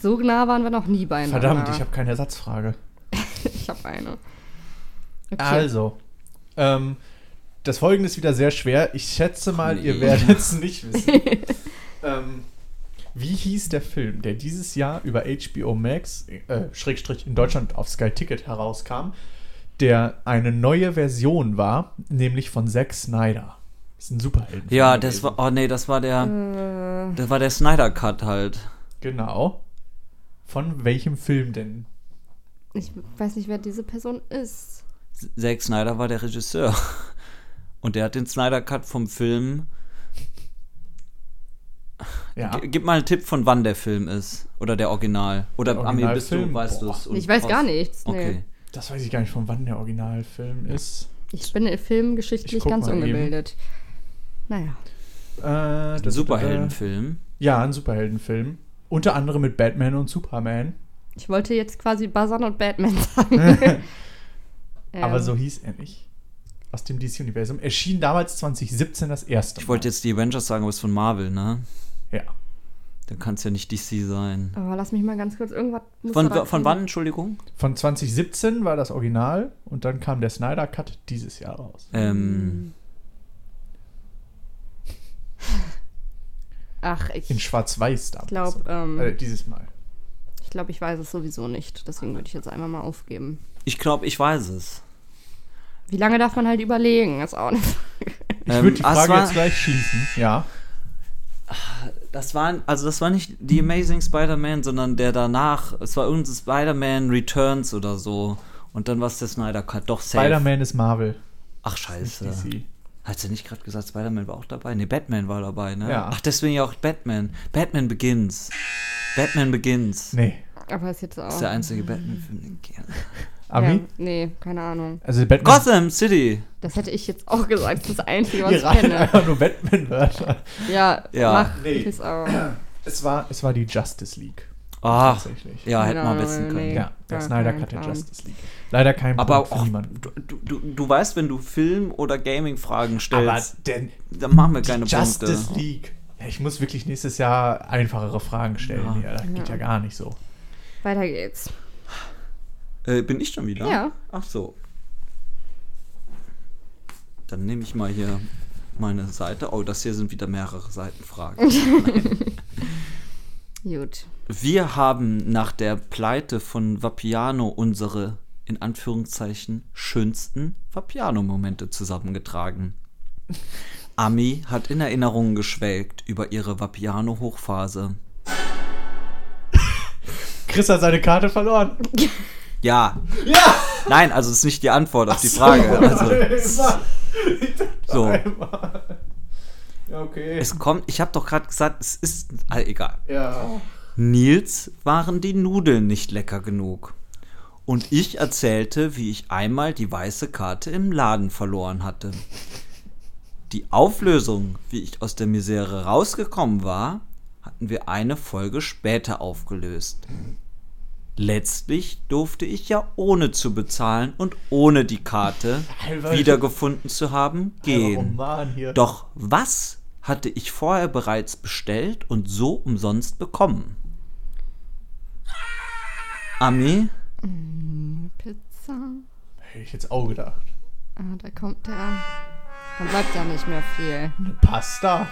Speaker 2: So nah waren wir noch nie beieinander.
Speaker 1: Verdammt, ich habe keine Ersatzfrage.
Speaker 2: ich hab eine. Okay.
Speaker 1: Also, ähm, das folgende ist wieder sehr schwer. Ich schätze mal,
Speaker 3: nee.
Speaker 1: ihr werdet es nicht wissen. ähm, wie hieß der Film, der dieses Jahr über HBO Max, äh, Schrägstrich in Deutschland auf Sky Ticket herauskam, der eine neue Version war, nämlich von Zack Snyder? Ist ein Superhelden.
Speaker 3: ja, das war. Oh nee, das war der.
Speaker 2: Äh,
Speaker 3: Das war der Snyder Cut halt.
Speaker 1: Genau. Von welchem Film denn?
Speaker 2: ich weiß nicht, wer diese Person ist.
Speaker 3: Zack Snyder war der Regisseur. Und der hat den Snyder Cut vom Film.
Speaker 1: Ja.
Speaker 3: G- Gib mal einen Tipp, von wann der Film ist. Oder der Original. Oder
Speaker 1: Der
Speaker 3: Ami, bist du,
Speaker 1: Originalfilm?
Speaker 3: weißt du
Speaker 1: Boah.
Speaker 3: es.
Speaker 2: Ich weiß gar nichts, nee.
Speaker 3: Okay.
Speaker 1: Das weiß ich gar nicht, von wann der Originalfilm ist.
Speaker 2: Ich bin filmgeschichtlich
Speaker 1: Ich guck
Speaker 2: ganz
Speaker 1: mal eben.
Speaker 2: ungebildet. Naja.
Speaker 1: Äh, das-
Speaker 3: Ein Superheldenfilm.
Speaker 1: Ja, ein Superheldenfilm. Unter anderem mit Batman und Superman.
Speaker 2: Ich wollte jetzt quasi Buzzern und Batman sagen. Ähm,
Speaker 1: Aber so hieß er nicht. Aus dem DC-Universum. Erschien damals 2017 das erste Mal.
Speaker 3: Ich wollte jetzt die Avengers sagen, aber es ist von Marvel, ne?
Speaker 1: Ja.
Speaker 3: Dann kann es ja nicht DC sein.
Speaker 2: Aber oh, lass mich mal ganz kurz irgendwas. muss
Speaker 3: Von,
Speaker 2: da dran
Speaker 3: von
Speaker 2: kommen.
Speaker 3: wann, Entschuldigung?
Speaker 1: Von 2017 war das Original und dann kam der Snyder Cut dieses Jahr raus.
Speaker 2: Hm.
Speaker 3: Ähm,
Speaker 2: Ach, ich,
Speaker 1: In
Speaker 2: ich
Speaker 1: Schwarz-Weiß damals.
Speaker 2: glaube,
Speaker 1: äh,
Speaker 2: ähm,
Speaker 1: dieses Mal.
Speaker 2: ich, glaub, ich weiß es sowieso nicht. Deswegen würde ich jetzt einfach mal aufgeben.
Speaker 3: ich glaube, ich weiß es.
Speaker 2: Wie lange darf man halt überlegen? Ist auch nicht.
Speaker 1: Ich
Speaker 3: Ähm,
Speaker 1: würde die
Speaker 3: ah, es
Speaker 1: Frage
Speaker 3: war-
Speaker 1: jetzt gleich schließen. Ja.
Speaker 3: Das war, also das war nicht die Amazing Spider-Man, sondern der danach. Es war irgendein Spider-Man Returns oder so. Und dann war es der Snyder Cut. Doch, safe.
Speaker 1: Spider-Man ist Marvel.
Speaker 3: Ach,
Speaker 1: Ist
Speaker 3: scheiße.
Speaker 1: DC.
Speaker 3: Hat sie nicht gerade gesagt, Spider-Man war auch dabei? Ne, Batman war dabei, ne?
Speaker 1: Ja.
Speaker 3: Ach, deswegen ja auch Batman. Batman Begins. Batman Begins.
Speaker 1: Nee.
Speaker 2: Aber ist jetzt auch.
Speaker 3: Das ist der einzige Batman-Film, den ich gerne.
Speaker 1: Ami?
Speaker 2: Ja, nee, keine Ahnung.
Speaker 1: Also Batman.
Speaker 3: Gotham City!
Speaker 2: Das hätte ich jetzt auch gesagt. Das ist das Einzige, was
Speaker 1: Ihr
Speaker 2: ich
Speaker 1: reiht
Speaker 2: kenne.
Speaker 1: einfach nur Batman-Wörter.
Speaker 2: Ja,
Speaker 3: Ja.
Speaker 2: mach.
Speaker 1: Nee.
Speaker 2: Ich weiß auch.
Speaker 1: Es war, es war die Justice League.
Speaker 3: Ah,
Speaker 1: Tatsächlich.
Speaker 3: ja, hätte man
Speaker 2: Keine
Speaker 3: wissen
Speaker 2: Ahnung,
Speaker 3: können.
Speaker 2: Genau, nee.
Speaker 1: Ja, der
Speaker 2: Ja,
Speaker 1: Snyder
Speaker 2: kein
Speaker 1: Cut der
Speaker 2: Plan.
Speaker 1: Justice League. Leider kein
Speaker 3: Aber
Speaker 1: Punkt
Speaker 3: auch,
Speaker 1: für niemanden.
Speaker 3: du, du, du weißt, wenn du Film- oder Gaming-Fragen
Speaker 1: Aber
Speaker 3: stellst,
Speaker 1: denn
Speaker 3: dann machen wir keine
Speaker 1: Justice
Speaker 3: Punkte.
Speaker 1: League. Ja, ich muss wirklich nächstes Jahr einfachere Fragen stellen.
Speaker 3: Ja.
Speaker 1: Ja. das geht ja gar nicht so.
Speaker 2: Weiter geht's.
Speaker 3: Äh, bin ich schon wieder?
Speaker 2: Ja.
Speaker 3: Ach so. Dann nehme ich mal hier meine Seite. Oh, das hier sind wieder mehrere Seitenfragen.
Speaker 2: Gut.
Speaker 3: Wir haben nach der Pleite von Vapiano unsere, in Anführungszeichen, schönsten Vapiano-Momente zusammengetragen. Ami hat in Erinnerungen geschwelgt über ihre Vapiano-Hochphase.
Speaker 1: Chris hat seine Karte verloren.
Speaker 3: Ja. Ja! Nein, also es ist nicht die Antwort auf die Frage. Also, so.
Speaker 1: Ja, okay.
Speaker 3: Es kommt, ich habe doch gerade gesagt, es ist. Ah, egal.
Speaker 1: ja.
Speaker 3: Nils waren die Nudeln nicht lecker genug. Und ich erzählte, wie ich einmal die weiße Karte im Laden verloren hatte. Die Auflösung, wie ich aus der Misere rausgekommen war, hatten wir eine Folge später aufgelöst. Letztlich durfte ich ja ohne zu bezahlen und ohne die Karte
Speaker 1: Albert.
Speaker 3: wiedergefunden zu haben gehen.
Speaker 1: Roman hier.
Speaker 3: Doch was hatte ich vorher bereits bestellt und so umsonst bekommen? Ami,
Speaker 2: Pizza.
Speaker 1: Hätte ich jetzt auch gedacht.
Speaker 2: Ah, da kommt der. Dann bleibt ja nicht mehr viel.
Speaker 1: Eine Pasta.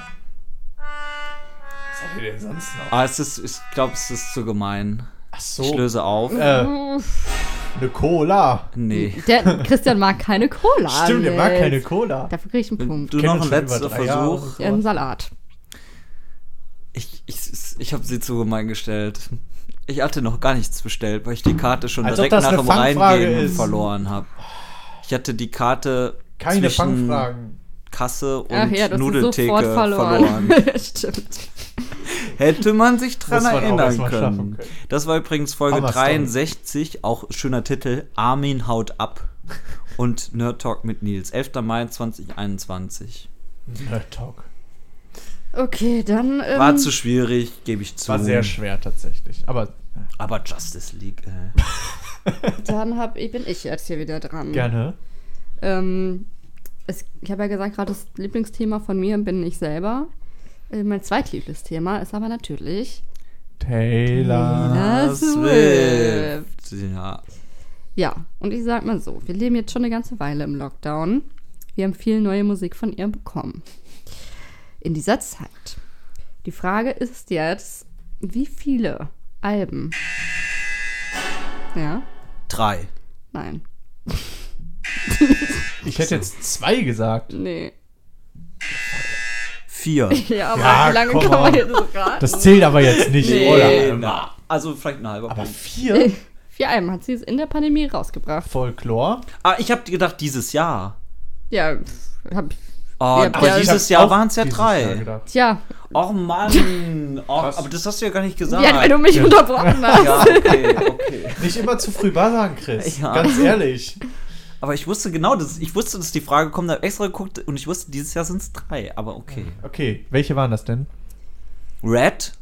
Speaker 1: Was hat ihr denn sonst noch?
Speaker 3: ah, es ist, ich glaube, es ist zu gemein.
Speaker 1: Ach
Speaker 3: Ich
Speaker 1: so.
Speaker 3: löse auf.
Speaker 1: Äh, eine Cola.
Speaker 3: nee.
Speaker 2: Der Christian mag keine Cola.
Speaker 1: Stimmt, der mag
Speaker 2: Nils.
Speaker 1: keine Cola.
Speaker 2: Dafür krieg ich einen Punkt.
Speaker 3: Du
Speaker 1: Kennt
Speaker 3: noch ein
Speaker 1: uns schon über
Speaker 3: letzter
Speaker 1: drei Jahre.
Speaker 3: Versuch.
Speaker 2: Ja, Ein Salat.
Speaker 3: Ich, ich, ich habe sie zu gemein gestellt. Ich hatte noch gar nichts bestellt, weil ich die Karte schon
Speaker 1: Als ob
Speaker 3: direkt
Speaker 1: das
Speaker 3: nach
Speaker 1: eine
Speaker 3: dem
Speaker 1: Fangfrage
Speaker 3: Reingehen
Speaker 1: ist.
Speaker 3: verloren habe. Ich hatte die Karte
Speaker 1: Keine
Speaker 3: zwischen
Speaker 1: Fangfragen.
Speaker 3: Kasse und
Speaker 2: Ach ja, das ist
Speaker 3: Nudeltheke
Speaker 2: sofort verloren.
Speaker 3: verloren.
Speaker 2: Stimmt.
Speaker 3: Hätte man sich dran
Speaker 1: Muss man auch
Speaker 3: erinnern
Speaker 1: erst mal
Speaker 3: können.
Speaker 1: schaffen können.
Speaker 3: Das war übrigens Folge
Speaker 1: Hammer Story.
Speaker 3: 63, auch schöner Titel, Armin haut ab und Nerd Talk mit Nils, 11. Mai 2021.
Speaker 1: Nerd Talk.
Speaker 2: Okay, dann. Ähm,
Speaker 3: War zu schwierig, gebe ich zu.
Speaker 1: War sehr schwer tatsächlich. Aber ja,
Speaker 3: Aber Justice League, äh.
Speaker 2: Dann hab, ich, bin ich jetzt hier wieder dran.
Speaker 1: gerne.
Speaker 2: Ähm, es, ich habe ja gesagt, gerade das Lieblingsthema von mir bin ich selber. Äh, mein zweitlieblingsthema ist aber natürlich.
Speaker 1: Taylor.
Speaker 2: Taylor
Speaker 3: Swift. Ja.
Speaker 2: Ja, und ich sag mal so, wir leben jetzt schon eine ganze Weile im Lockdown. Wir haben viel neue Musik von ihr bekommen. In dieser Zeit. Die Frage ist jetzt, wie viele Alben? Ja?
Speaker 3: Drei.
Speaker 2: Nein.
Speaker 1: Ich hätte jetzt zwei gesagt.
Speaker 2: Nee.
Speaker 3: Vier.
Speaker 2: Ja, aber
Speaker 1: Ja,
Speaker 2: wie lange
Speaker 1: come
Speaker 2: kann man
Speaker 1: on.
Speaker 2: jetzt so raten?
Speaker 1: Das zählt aber jetzt nicht,
Speaker 2: Nee.
Speaker 1: oder?
Speaker 3: Na, also vielleicht ein halber
Speaker 1: Aber
Speaker 3: Punkt.
Speaker 1: vier?
Speaker 2: Vier Alben hat sie es in der Pandemie rausgebracht.
Speaker 1: Folklore.
Speaker 3: Ah, ich habe gedacht, dieses Jahr.
Speaker 2: Ja, hab ich.
Speaker 3: Oh,
Speaker 2: Ja,
Speaker 3: aber
Speaker 2: ja.
Speaker 1: Ich
Speaker 3: dieses
Speaker 1: hab
Speaker 3: Jahr
Speaker 1: auch
Speaker 3: waren es ja
Speaker 1: dieses Jahr
Speaker 3: drei.
Speaker 1: gedacht.
Speaker 2: Tja,
Speaker 3: Och Mann. Oh, aber das hast du ja gar nicht gesagt.
Speaker 2: ja, wenn du mich unterbrochen hast.
Speaker 3: ja, okay, okay.
Speaker 1: Nicht immer zu früh sagen, Chris.
Speaker 3: Ja.
Speaker 1: Ganz ehrlich.
Speaker 3: Aber ich wusste genau, dass, ich wusste, dass die Frage kommt, habe extra geguckt und ich wusste, dieses Jahr sind es drei, aber okay.
Speaker 1: Okay, welche waren das denn?
Speaker 3: Red,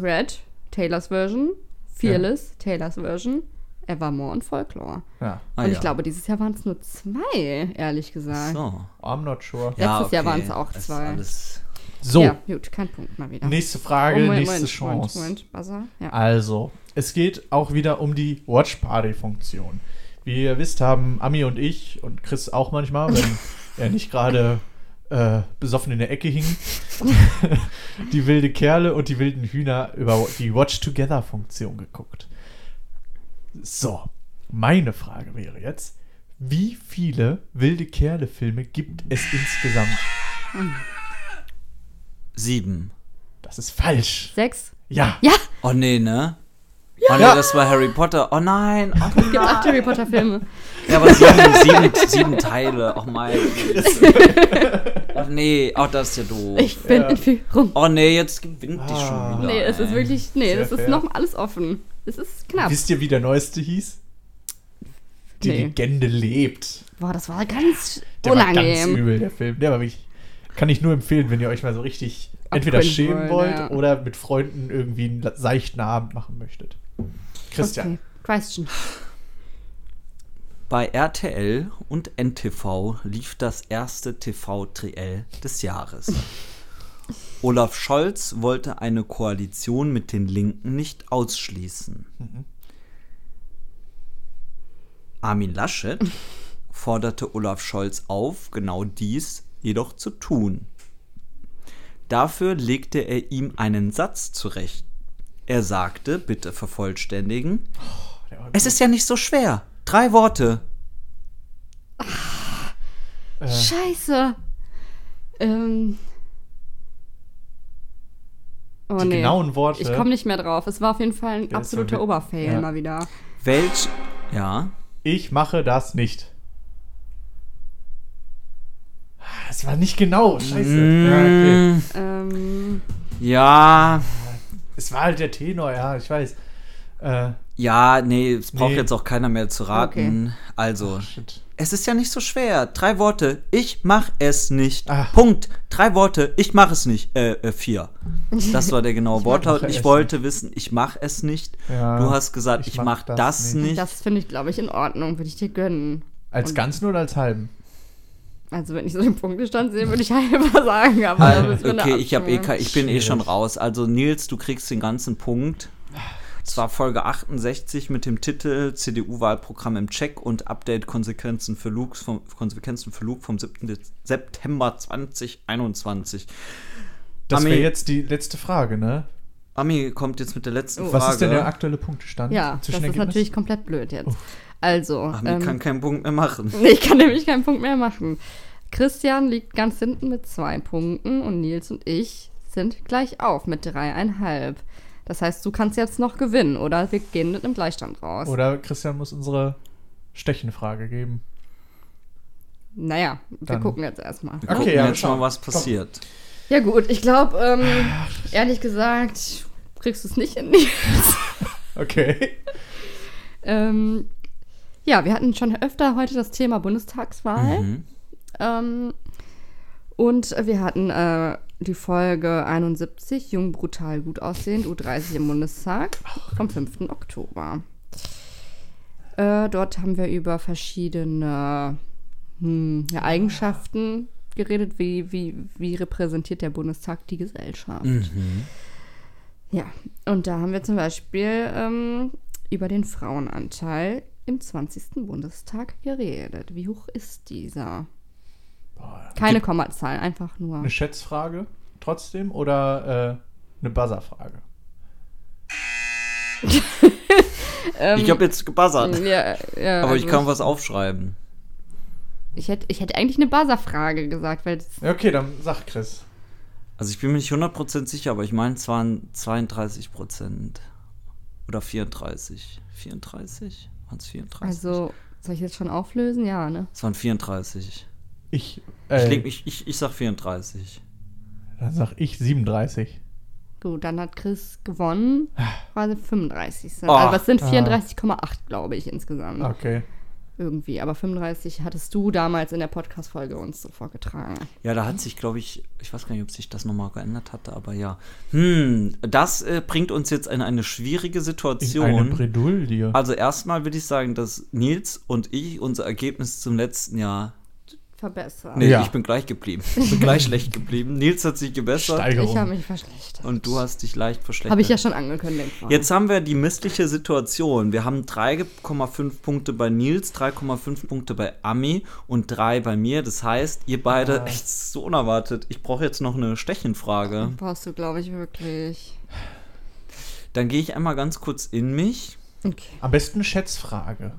Speaker 2: Red, Taylors Version. Fearless, Taylors Version. Evermore und Folklore.
Speaker 1: Ja.
Speaker 3: Ah,
Speaker 2: und
Speaker 3: ja.
Speaker 2: ich glaube, dieses Jahr waren es nur zwei, ehrlich gesagt.
Speaker 3: so.
Speaker 1: I'm not sure.
Speaker 2: Letztes Jahr waren es auch
Speaker 3: Das ist
Speaker 2: zwei.
Speaker 3: alles-
Speaker 1: So,
Speaker 2: Ja, gut, kein Punkt mal wieder.
Speaker 1: nächste Frage,
Speaker 2: Oh, Moment,
Speaker 1: nächste
Speaker 2: Moment,
Speaker 1: Chance.
Speaker 2: Moment, Moment, Buzzer. Ja.
Speaker 1: Also, es geht auch wieder um die Watch Party Funktion. Wie ihr wisst, haben Ami und ich und Chris auch manchmal, wenn er nicht gerade äh, besoffen in der Ecke hing, die wilde Kerle und die wilden Hühner über die Watch Together Funktion geguckt. So, meine Frage wäre jetzt, wie viele wilde Kerle Filme gibt es insgesamt?
Speaker 3: Sieben.
Speaker 1: Das ist falsch.
Speaker 2: Sechs?
Speaker 1: Ja.
Speaker 2: Ja,
Speaker 3: Oh nee, ne? Oh nee,
Speaker 1: Ja.
Speaker 3: das war Harry Potter. Oh nein. Oh
Speaker 2: es gibt acht Harry Potter Filme.
Speaker 3: Ja, aber sieben, sieben, sieben Teile. Oh mein Gott. Oh nee, oh, das ist ja doof.
Speaker 2: Ich bin in Führung.
Speaker 3: Oh nee, jetzt gewinnt die
Speaker 1: Ah.
Speaker 3: schon wieder.
Speaker 2: Nee, es ist
Speaker 3: ey.
Speaker 2: wirklich, nee,
Speaker 1: Sehr
Speaker 2: das ist
Speaker 1: fair.
Speaker 2: noch alles offen. Es ist knapp.
Speaker 1: Wisst ihr, wie der neueste hieß? Die
Speaker 2: Nee.
Speaker 1: Legende lebt.
Speaker 2: Boah, das war ganz
Speaker 1: Der war ganz
Speaker 2: unangenehm.
Speaker 1: übel, der Film. Der war wirklich. Kann ich nur empfehlen, wenn ihr euch mal so richtig entweder
Speaker 2: Abgrinsen
Speaker 1: schämen
Speaker 2: wollt,
Speaker 1: wollt
Speaker 2: ja.
Speaker 1: oder mit Freunden irgendwie einen la- seichten Abend machen möchtet. Christian.
Speaker 2: Okay. Question.
Speaker 3: Bei RTL und NTV lief das erste TV-Triell des Jahres. Olaf Scholz wollte eine Koalition mit den Linken nicht ausschließen. Armin Laschet forderte Olaf Scholz auf, genau dies jedoch zu tun. Dafür legte er ihm einen Satz zurecht. Er sagte, bitte vervollständigen, es ist ja nicht so schwer. Drei Worte.
Speaker 2: Scheiße. Ähm. Oh,
Speaker 1: Die genauen Worte.
Speaker 2: Ich komme nicht mehr drauf. Es war auf jeden Fall ein
Speaker 1: Der ist
Speaker 2: absoluter
Speaker 1: verwirrt.
Speaker 2: Oberfail
Speaker 1: Ja.
Speaker 2: mal wieder.
Speaker 3: Welch. Ja.
Speaker 1: Ich mache das nicht. Es war nicht genau. Scheiße.
Speaker 2: Mm.
Speaker 1: Ja, okay.
Speaker 2: Ähm,
Speaker 3: Ja.
Speaker 1: Es war halt der Tenor, ja, ich weiß. Äh,
Speaker 3: Ja, nee, es braucht
Speaker 1: Nee.
Speaker 3: jetzt auch keiner mehr zu raten. Also,
Speaker 1: shit.
Speaker 3: es ist ja nicht so schwer. Drei Worte, ich mach es nicht.
Speaker 1: Ach.
Speaker 3: Punkt. Drei Worte, ich mach es nicht. Äh, äh vier. Das war der genaue Wortlaut.
Speaker 1: mache
Speaker 3: Ich
Speaker 1: es
Speaker 3: wollte wissen, ich mach es nicht.
Speaker 1: Ja.
Speaker 3: Du hast gesagt, ich,
Speaker 1: Ich
Speaker 3: mach,
Speaker 1: mach
Speaker 3: das,
Speaker 1: das
Speaker 3: nicht.
Speaker 1: nicht.
Speaker 2: das finde ich, glaube ich, in Ordnung. Würde ich dir gönnen.
Speaker 1: Als Ganzen oder als Halben?
Speaker 2: Also, wenn ich so den Punktestand sehe, würde ich halber sagen. Aber da müssen wir eine
Speaker 3: Okay, ich, hab eh,
Speaker 2: Abstimmung.
Speaker 3: kein- ich bin eh
Speaker 1: Schwierig.
Speaker 3: schon raus. Also Nils, du kriegst den ganzen Punkt. Es war Folge 68 mit dem Titel CDU-Wahlprogramm im Check und Update Konsequenzen für, Lux vom, Konsequenzen für Luke vom 7. Dez- September 2021.
Speaker 1: Das
Speaker 3: Ami-
Speaker 1: wäre jetzt die letzte Frage, ne?
Speaker 3: Ami kommt jetzt mit der letzten
Speaker 2: Oh.
Speaker 3: Frage.
Speaker 1: Was ist denn der aktuelle Punktestand?
Speaker 2: Ja, das ist
Speaker 1: Zwischenergebnis?
Speaker 2: natürlich komplett blöd jetzt. Also,
Speaker 3: Ami
Speaker 2: ähm,
Speaker 3: kann keinen Punkt mehr machen.
Speaker 2: nee, ich kann nämlich keinen Punkt mehr machen. Christian liegt ganz hinten mit zwei Punkten und Nils und ich sind gleich auf mit dreieinhalb. Das heißt, du kannst jetzt noch gewinnen, oder? Wir gehen mit einem Gleichstand raus.
Speaker 1: Oder Christian muss unsere Stechenfrage geben.
Speaker 2: naja, wir
Speaker 1: Dann-
Speaker 2: gucken jetzt erstmal.
Speaker 3: Wir
Speaker 1: Okay,
Speaker 3: gucken
Speaker 1: ja,
Speaker 3: jetzt
Speaker 1: schau.
Speaker 3: mal, was passiert.
Speaker 2: Ja gut, ich glaube, ähm,
Speaker 1: Ah,
Speaker 2: ehrlich gesagt, kriegst du es nicht in Nils.
Speaker 1: Okay.
Speaker 2: ähm, ja, wir hatten schon öfter heute das Thema Bundestagswahl.
Speaker 3: Mhm.
Speaker 2: Ähm, und wir hatten äh, die Folge 71, Jung, brutal, gut aussehend, U30 im Bundestag vom 5. Oktober. Äh, dort haben wir über verschiedene hm, ja, Eigenschaften geredet, wie, wie, wie repräsentiert der Bundestag die Gesellschaft. Ja, und da haben wir zum Beispiel ähm, über den Frauenanteil im 20. Bundestag geredet. Wie hoch ist dieser? Keine Kommazahlen, einfach nur.
Speaker 1: Eine Schätzfrage trotzdem oder äh, eine Buzzerfrage?
Speaker 2: Ähm,
Speaker 3: Ich habe jetzt gebuzzert,
Speaker 2: ja, ja,
Speaker 3: aber ich
Speaker 2: also
Speaker 3: kann was aufschreiben.
Speaker 2: Ich hätte, ich hätte eigentlich eine Buzzer-Frage gesagt, weil das,
Speaker 1: Ja, Okay, dann sag Chris.
Speaker 3: Also ich bin mir nicht 100% sicher, aber ich meine, es waren 32% oder 34. 34? Waren es 34?
Speaker 2: also soll ich jetzt schon auflösen? Ja, ne?
Speaker 3: es waren 34.
Speaker 1: Ich,
Speaker 3: Ich,
Speaker 1: äh,
Speaker 3: leg, ich, ich, ich sag 34.
Speaker 1: dann sag ich 37.
Speaker 2: Gut, dann hat Chris gewonnen, quasi 35 sind.
Speaker 3: Ah.
Speaker 2: also was sind 34,8, glaube ich, insgesamt.
Speaker 1: Okay.
Speaker 2: Irgendwie. Aber 35 hattest du damals in der Podcast-Folge uns so vorgetragen.
Speaker 3: Ja, da hat sich, glaube ich, ich weiß gar nicht, ob sich das nochmal geändert hatte, aber ja. Hm, das äh, bringt uns jetzt in eine schwierige
Speaker 1: In eine
Speaker 3: Situation.
Speaker 1: Bredouille.
Speaker 3: Also erstmal würde ich sagen, dass Nils und ich unser Ergebnis zum letzten Jahr
Speaker 2: verbessert.
Speaker 3: Nee,
Speaker 1: Ja.
Speaker 3: ich bin gleich geblieben. Ich bin gleich schlecht geblieben. Nils hat sich gebessert
Speaker 2: Ich habe
Speaker 1: Steigerung.
Speaker 2: mich verschlechtert.
Speaker 3: und du hast dich leicht verschlechtert.
Speaker 2: Habe ich ja schon angekündigt. vorhin.
Speaker 3: Jetzt haben wir die missliche Situation. Wir haben 3,5 Punkte bei Nils, 3,5 Punkte bei Ami und 3 bei mir. Das heißt, ihr beide, echt so unerwartet. Ich brauche jetzt noch eine Stechenfrage.
Speaker 2: brauchst du, glaube ich, wirklich.
Speaker 3: Dann gehe ich einmal ganz kurz in mich.
Speaker 2: Okay,
Speaker 1: Am besten Schätzfrage.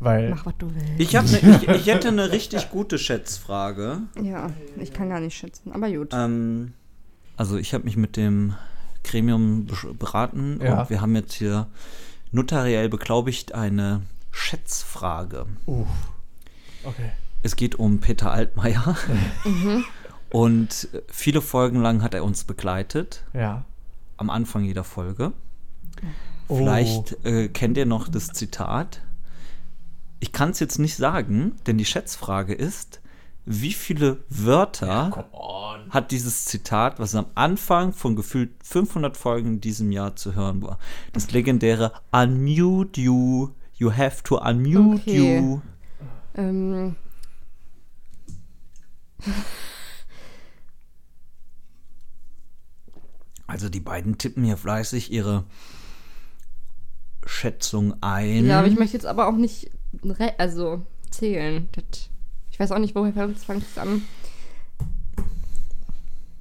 Speaker 1: Weil
Speaker 2: mach, was du willst.
Speaker 3: Ich, hab ne, ich, ich hätte eine richtig gute Schätzfrage.
Speaker 2: Ja, ich kann gar nicht schätzen, aber gut.
Speaker 3: Ähm, also ich habe mich mit dem Gremium besch- beraten
Speaker 1: Ja.
Speaker 3: und wir haben jetzt hier notariell beglaubigt eine Schätzfrage.
Speaker 1: okay.
Speaker 3: Es geht um Peter Altmaier. Und äh, viele Folgen lang hat er uns begleitet,
Speaker 1: Ja.
Speaker 3: am Anfang jeder Folge.
Speaker 1: Oh.
Speaker 3: Vielleicht äh, kennt ihr noch das Zitat. Ich kann es jetzt nicht sagen, denn die Schätzfrage ist, wie viele Wörter hat dieses Zitat, was am Anfang von gefühlt 500 Folgen in diesem Jahr zu hören war, das legendäre Unmute you, you have to unmute
Speaker 2: Okay.
Speaker 3: you.
Speaker 2: Ähm.
Speaker 3: Also die beiden tippen hier fleißig ihre Schätzung ein.
Speaker 2: Ja, aber ich möchte jetzt aber auch nicht re- also zählen. Das, ich weiß auch nicht, woher fängt es an.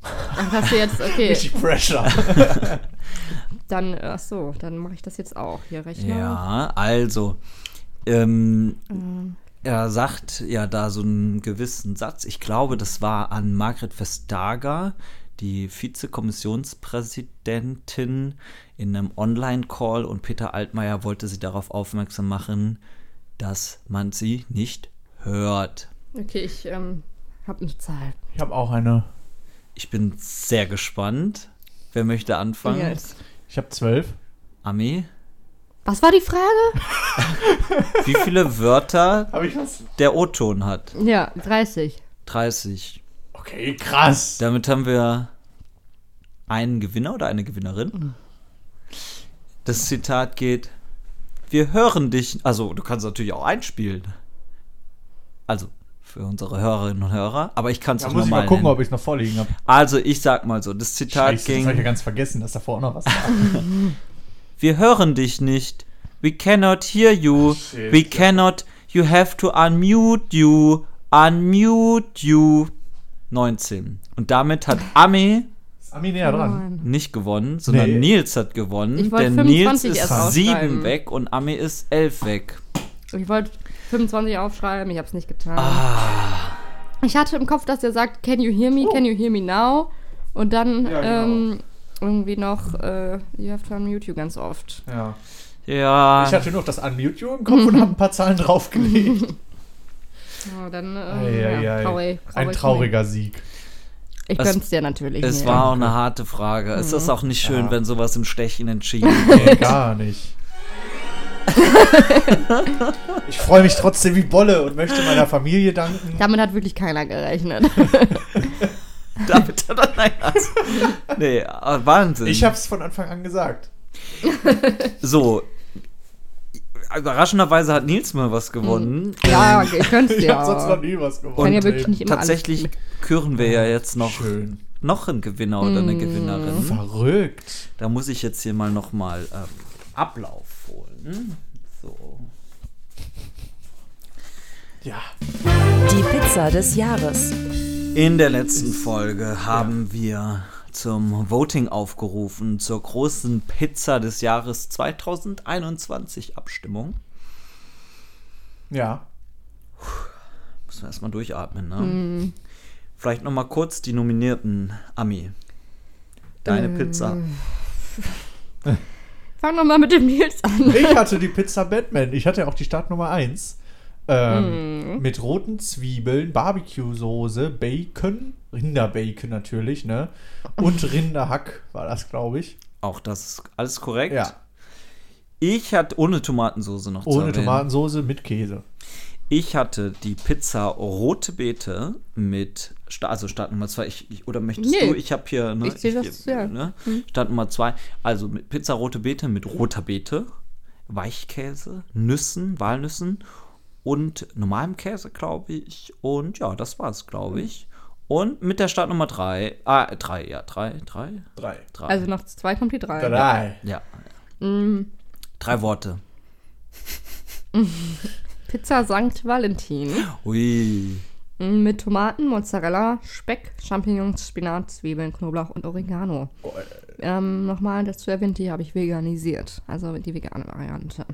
Speaker 2: Ach, hast du jetzt, okay,
Speaker 1: Richtig Pressure.
Speaker 2: dann, ach so, dann mache ich das jetzt auch hier Rechner.
Speaker 3: Ja, also, ähm,
Speaker 2: Mhm.
Speaker 3: er sagt ja da so einen gewissen Satz. Ich glaube, das war an Margret Vestager, die Vizekommissionspräsidentin, in einem Online-Call und Peter Altmaier wollte sie darauf aufmerksam machen, dass man sie nicht hört.
Speaker 2: Okay, ich ähm, habe eine Zahl.
Speaker 1: Ich habe auch eine.
Speaker 3: Ich bin sehr gespannt. Wer möchte anfangen?
Speaker 2: Jetzt.
Speaker 1: Ich habe zwölf.
Speaker 3: Ami,
Speaker 2: Was war die Frage?
Speaker 3: wie viele Wörter
Speaker 1: Habe ich was?
Speaker 3: der O-Ton hat?
Speaker 2: Ja, 30.
Speaker 3: 30.
Speaker 1: Okay, krass.
Speaker 3: Damit haben wir einen Gewinner oder eine Gewinnerin. Das Zitat geht: Wir hören dich. Also, du kannst natürlich auch einspielen. Also, für unsere Hörerinnen und Hörer. Aber ich kann es
Speaker 1: Da
Speaker 3: auch
Speaker 1: muss ich mal
Speaker 3: nochmal
Speaker 2: ne?
Speaker 1: gucken,
Speaker 3: nennen.
Speaker 1: ob ich es noch vorliegen habe.
Speaker 3: Also, ich sag mal so: Das Zitat
Speaker 1: das habe ich ja
Speaker 3: ging:
Speaker 1: ganz vergessen, dass davor auch noch was war.
Speaker 3: Wir hören dich nicht. We cannot hear you.
Speaker 1: shit.
Speaker 3: We cannot. You have to unmute you. Unmute you. 19. Und damit hat Ami
Speaker 1: Ami näher dran.
Speaker 2: Nein.
Speaker 3: nicht gewonnen, sondern
Speaker 1: Nee.
Speaker 3: Nils hat gewonnen.
Speaker 2: Ich wollte
Speaker 3: denn
Speaker 2: 25
Speaker 3: Nils
Speaker 2: erst
Speaker 3: ist 7
Speaker 2: aufschreiben.
Speaker 3: weg und Ami ist 11 weg.
Speaker 2: Ich wollte 25 aufschreiben, ich habe es nicht getan.
Speaker 3: Ah.
Speaker 2: Ich hatte im Kopf, dass er sagt, can you hear me, can you hear me now? Und dann
Speaker 1: genau.
Speaker 2: ähm, irgendwie noch, äh, you have to unmute you ganz oft.
Speaker 1: Ja.
Speaker 2: Ah.
Speaker 3: Ja,
Speaker 1: Ich hatte nur noch das Unmute You im Kopf und habe ein paar Zahlen draufgelegt.
Speaker 2: Ja, dann, äh,
Speaker 1: Eieiei.
Speaker 2: ja, traurig,
Speaker 1: Ein
Speaker 2: traurig.
Speaker 1: trauriger Sieg.
Speaker 2: Ich
Speaker 3: Es-
Speaker 2: gönn's dir natürlich.
Speaker 3: es
Speaker 2: nicht.
Speaker 3: war auch eine harte Frage.
Speaker 2: Mhm.
Speaker 3: Es ist auch nicht schön,
Speaker 1: Ja.
Speaker 3: wenn sowas im Stechen entschieden wird.
Speaker 1: Nee, gar nicht. Ich freue mich trotzdem wie Bolle und möchte meiner Familie danken.
Speaker 2: Damit hat wirklich keiner gerechnet.
Speaker 3: Damit hat er nein. Also, nee, ah, Wahnsinn.
Speaker 1: Ich habe es von Anfang an gesagt.
Speaker 3: so. Überraschenderweise hat Nils mal was gewonnen.
Speaker 2: ja, ich gönn's
Speaker 1: Ich
Speaker 2: dir.
Speaker 1: habe sonst noch
Speaker 2: aber.
Speaker 1: nie was gewonnen.
Speaker 2: Kann ja
Speaker 3: Und,
Speaker 2: wirklich
Speaker 3: äh,
Speaker 2: nicht Hm. immer alles
Speaker 3: Tatsächlich
Speaker 2: mit-
Speaker 3: küren wir ja jetzt noch,
Speaker 1: Schön.
Speaker 3: noch einen Gewinner oder
Speaker 2: Hm.
Speaker 3: eine Gewinnerin.
Speaker 1: Verrückt.
Speaker 3: Da muss ich jetzt hier mal nochmal ähm, Ablauf holen. So.
Speaker 1: Ja.
Speaker 5: Die Pizza des Jahres.
Speaker 3: In der letzten Folge haben wir zum Voting aufgerufen, zur großen Pizza des Jahres 2021 Abstimmung.
Speaker 1: Ja.
Speaker 3: Müssen wir erstmal durchatmen, ne? Vielleicht nochmal kurz die Nominierten. Ami, deine Pizza.
Speaker 2: Fang nochmal mit dem Nils an.
Speaker 1: Ich hatte die Pizza Batman. Ich hatte ja auch die Startnummer 1.
Speaker 2: Mhm.
Speaker 1: Ähm, Mit roten Zwiebeln, Barbecue-Soße, Bacon, Rinderbacon natürlich, ne? Und Rinderhack war das, glaube ich.
Speaker 3: Auch das ist alles korrekt.
Speaker 1: Ja.
Speaker 3: Ich hatte ohne Tomatensoße noch zu
Speaker 1: Ohne
Speaker 3: erwähnen.
Speaker 1: Tomatensoße mit Käse.
Speaker 3: Ich hatte die Pizza Rote Beete mit, Sta- also Start Nummer 2, ich, ich, oder möchtest
Speaker 2: Nee.
Speaker 3: du? Ich habe hier, ne?
Speaker 2: Ich seh das, ja. Hm.
Speaker 3: ne? Start Nummer 2, also mit Pizza Rote Beete mit roter Beete, Weichkäse, Nüssen, Walnüssen und normalem Käse, glaube ich. Und ja, das war's, glaube ich. Und mit der Startnummer 3. Ah, 3, ja, 3, 3,
Speaker 1: Drei.
Speaker 3: 3.
Speaker 2: Also Mm. noch zu zwei kommt die drei.
Speaker 1: Drei.
Speaker 3: ja. Drei Worte.
Speaker 2: Pizza Sankt Valentin
Speaker 3: Ui.
Speaker 2: mit Tomaten, Mozzarella, Speck, Champignons, Spinat, Zwiebeln, Knoblauch und Oregano. Ähm, Nochmal dazu erwähnt, die habe ich veganisiert. Also die vegane Variante.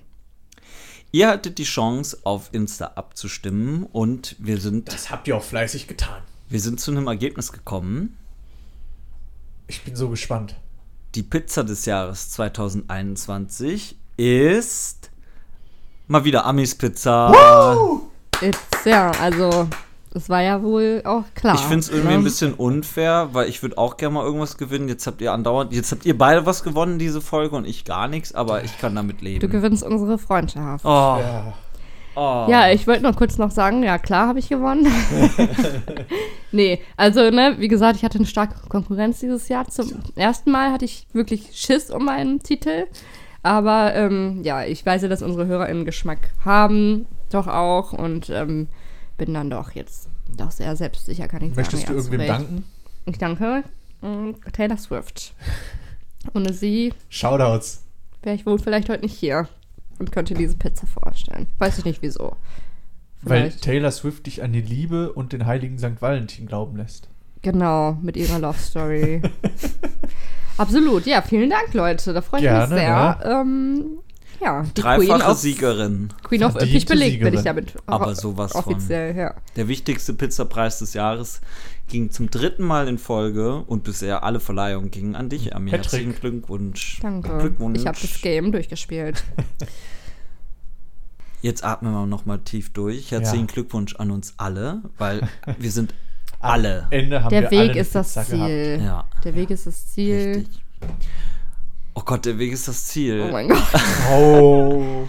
Speaker 3: Ihr hattet die Chance, auf Insta abzustimmen und wir sind,
Speaker 1: Das habt ihr auch fleißig getan.
Speaker 3: wir sind zu einem Ergebnis gekommen.
Speaker 1: Ich bin so gespannt.
Speaker 3: Die Pizza des Jahres 2021 ist mal wieder Amis Pizza.
Speaker 2: It's, ja, also das war ja wohl auch klar. Ne?
Speaker 3: Ich finde es irgendwie ein
Speaker 2: oder?
Speaker 3: bisschen unfair, weil ich würde auch gerne mal irgendwas gewinnen. Jetzt habt ihr andauernd, jetzt habt ihr beide was gewonnen diese Folge und ich gar nichts, aber ich kann damit
Speaker 2: Du
Speaker 3: leben.
Speaker 2: gewinnst unsere Freundschaft.
Speaker 3: Oh,
Speaker 1: Ja.
Speaker 3: oh.
Speaker 1: Ah.
Speaker 2: Ja, ich wollte noch kurz noch sagen, ja klar habe ich gewonnen. nee, also ne, wie gesagt, ich hatte eine starke Konkurrenz dieses Jahr. Zum ersten Mal hatte ich wirklich Schiss um meinen Titel. Aber ähm, ja, ich weiß ja, dass unsere HörerInnen Geschmack haben, doch auch. Und ähm, bin dann doch jetzt doch sehr selbstsicher, kann ich
Speaker 1: Möchtest du
Speaker 2: sagen. ja, zu
Speaker 1: irgendwem
Speaker 2: Recht.
Speaker 1: danken?
Speaker 2: Ich danke mm, Taylor Swift. Ohne sie
Speaker 1: Shoutouts.
Speaker 2: wäre ich wohl vielleicht heute nicht hier und könnte diese Pizza vorstellen. Weiß ich nicht wieso.
Speaker 1: Weil
Speaker 2: Vielleicht.
Speaker 1: Taylor Swift dich an die Liebe und den heiligen St. Valentin glauben lässt.
Speaker 2: Genau, mit ihrer Love Story. Absolut, ja, vielen Dank, Leute. Da freue ich
Speaker 1: Gerne,
Speaker 2: mich sehr. Ja, ähm, ja die Queen
Speaker 3: Dreifache
Speaker 2: of,
Speaker 3: Siegerin.
Speaker 2: Queen of
Speaker 1: Verdiente
Speaker 2: üppig belegt, bin
Speaker 1: Siegerin.
Speaker 2: ich damit.
Speaker 3: Aber sowas von.
Speaker 2: Offiziell, ja.
Speaker 3: Der wichtigste Pizzapreis des Jahres ging zum dritten Mal in Folge und bisher alle Verleihungen gingen an dich, Ami.
Speaker 1: Patrick.
Speaker 3: Herzlichen Glückwunsch.
Speaker 2: Danke.
Speaker 3: Glückwunsch.
Speaker 2: Ich habe das Game durchgespielt.
Speaker 3: Jetzt atmen wir nochmal tief durch. Herzlichen Glückwunsch an uns alle, weil wir sind alle.
Speaker 1: Ende haben
Speaker 2: Der
Speaker 1: wir alle
Speaker 2: Weg
Speaker 1: eine
Speaker 2: ist das
Speaker 1: Pizza gehabt.
Speaker 2: Ziel.
Speaker 3: Ja.
Speaker 2: Der Weg ist das Ziel.
Speaker 3: Richtig. Oh Gott, der Weg ist das Ziel.
Speaker 2: Oh mein Gott.
Speaker 1: Oh.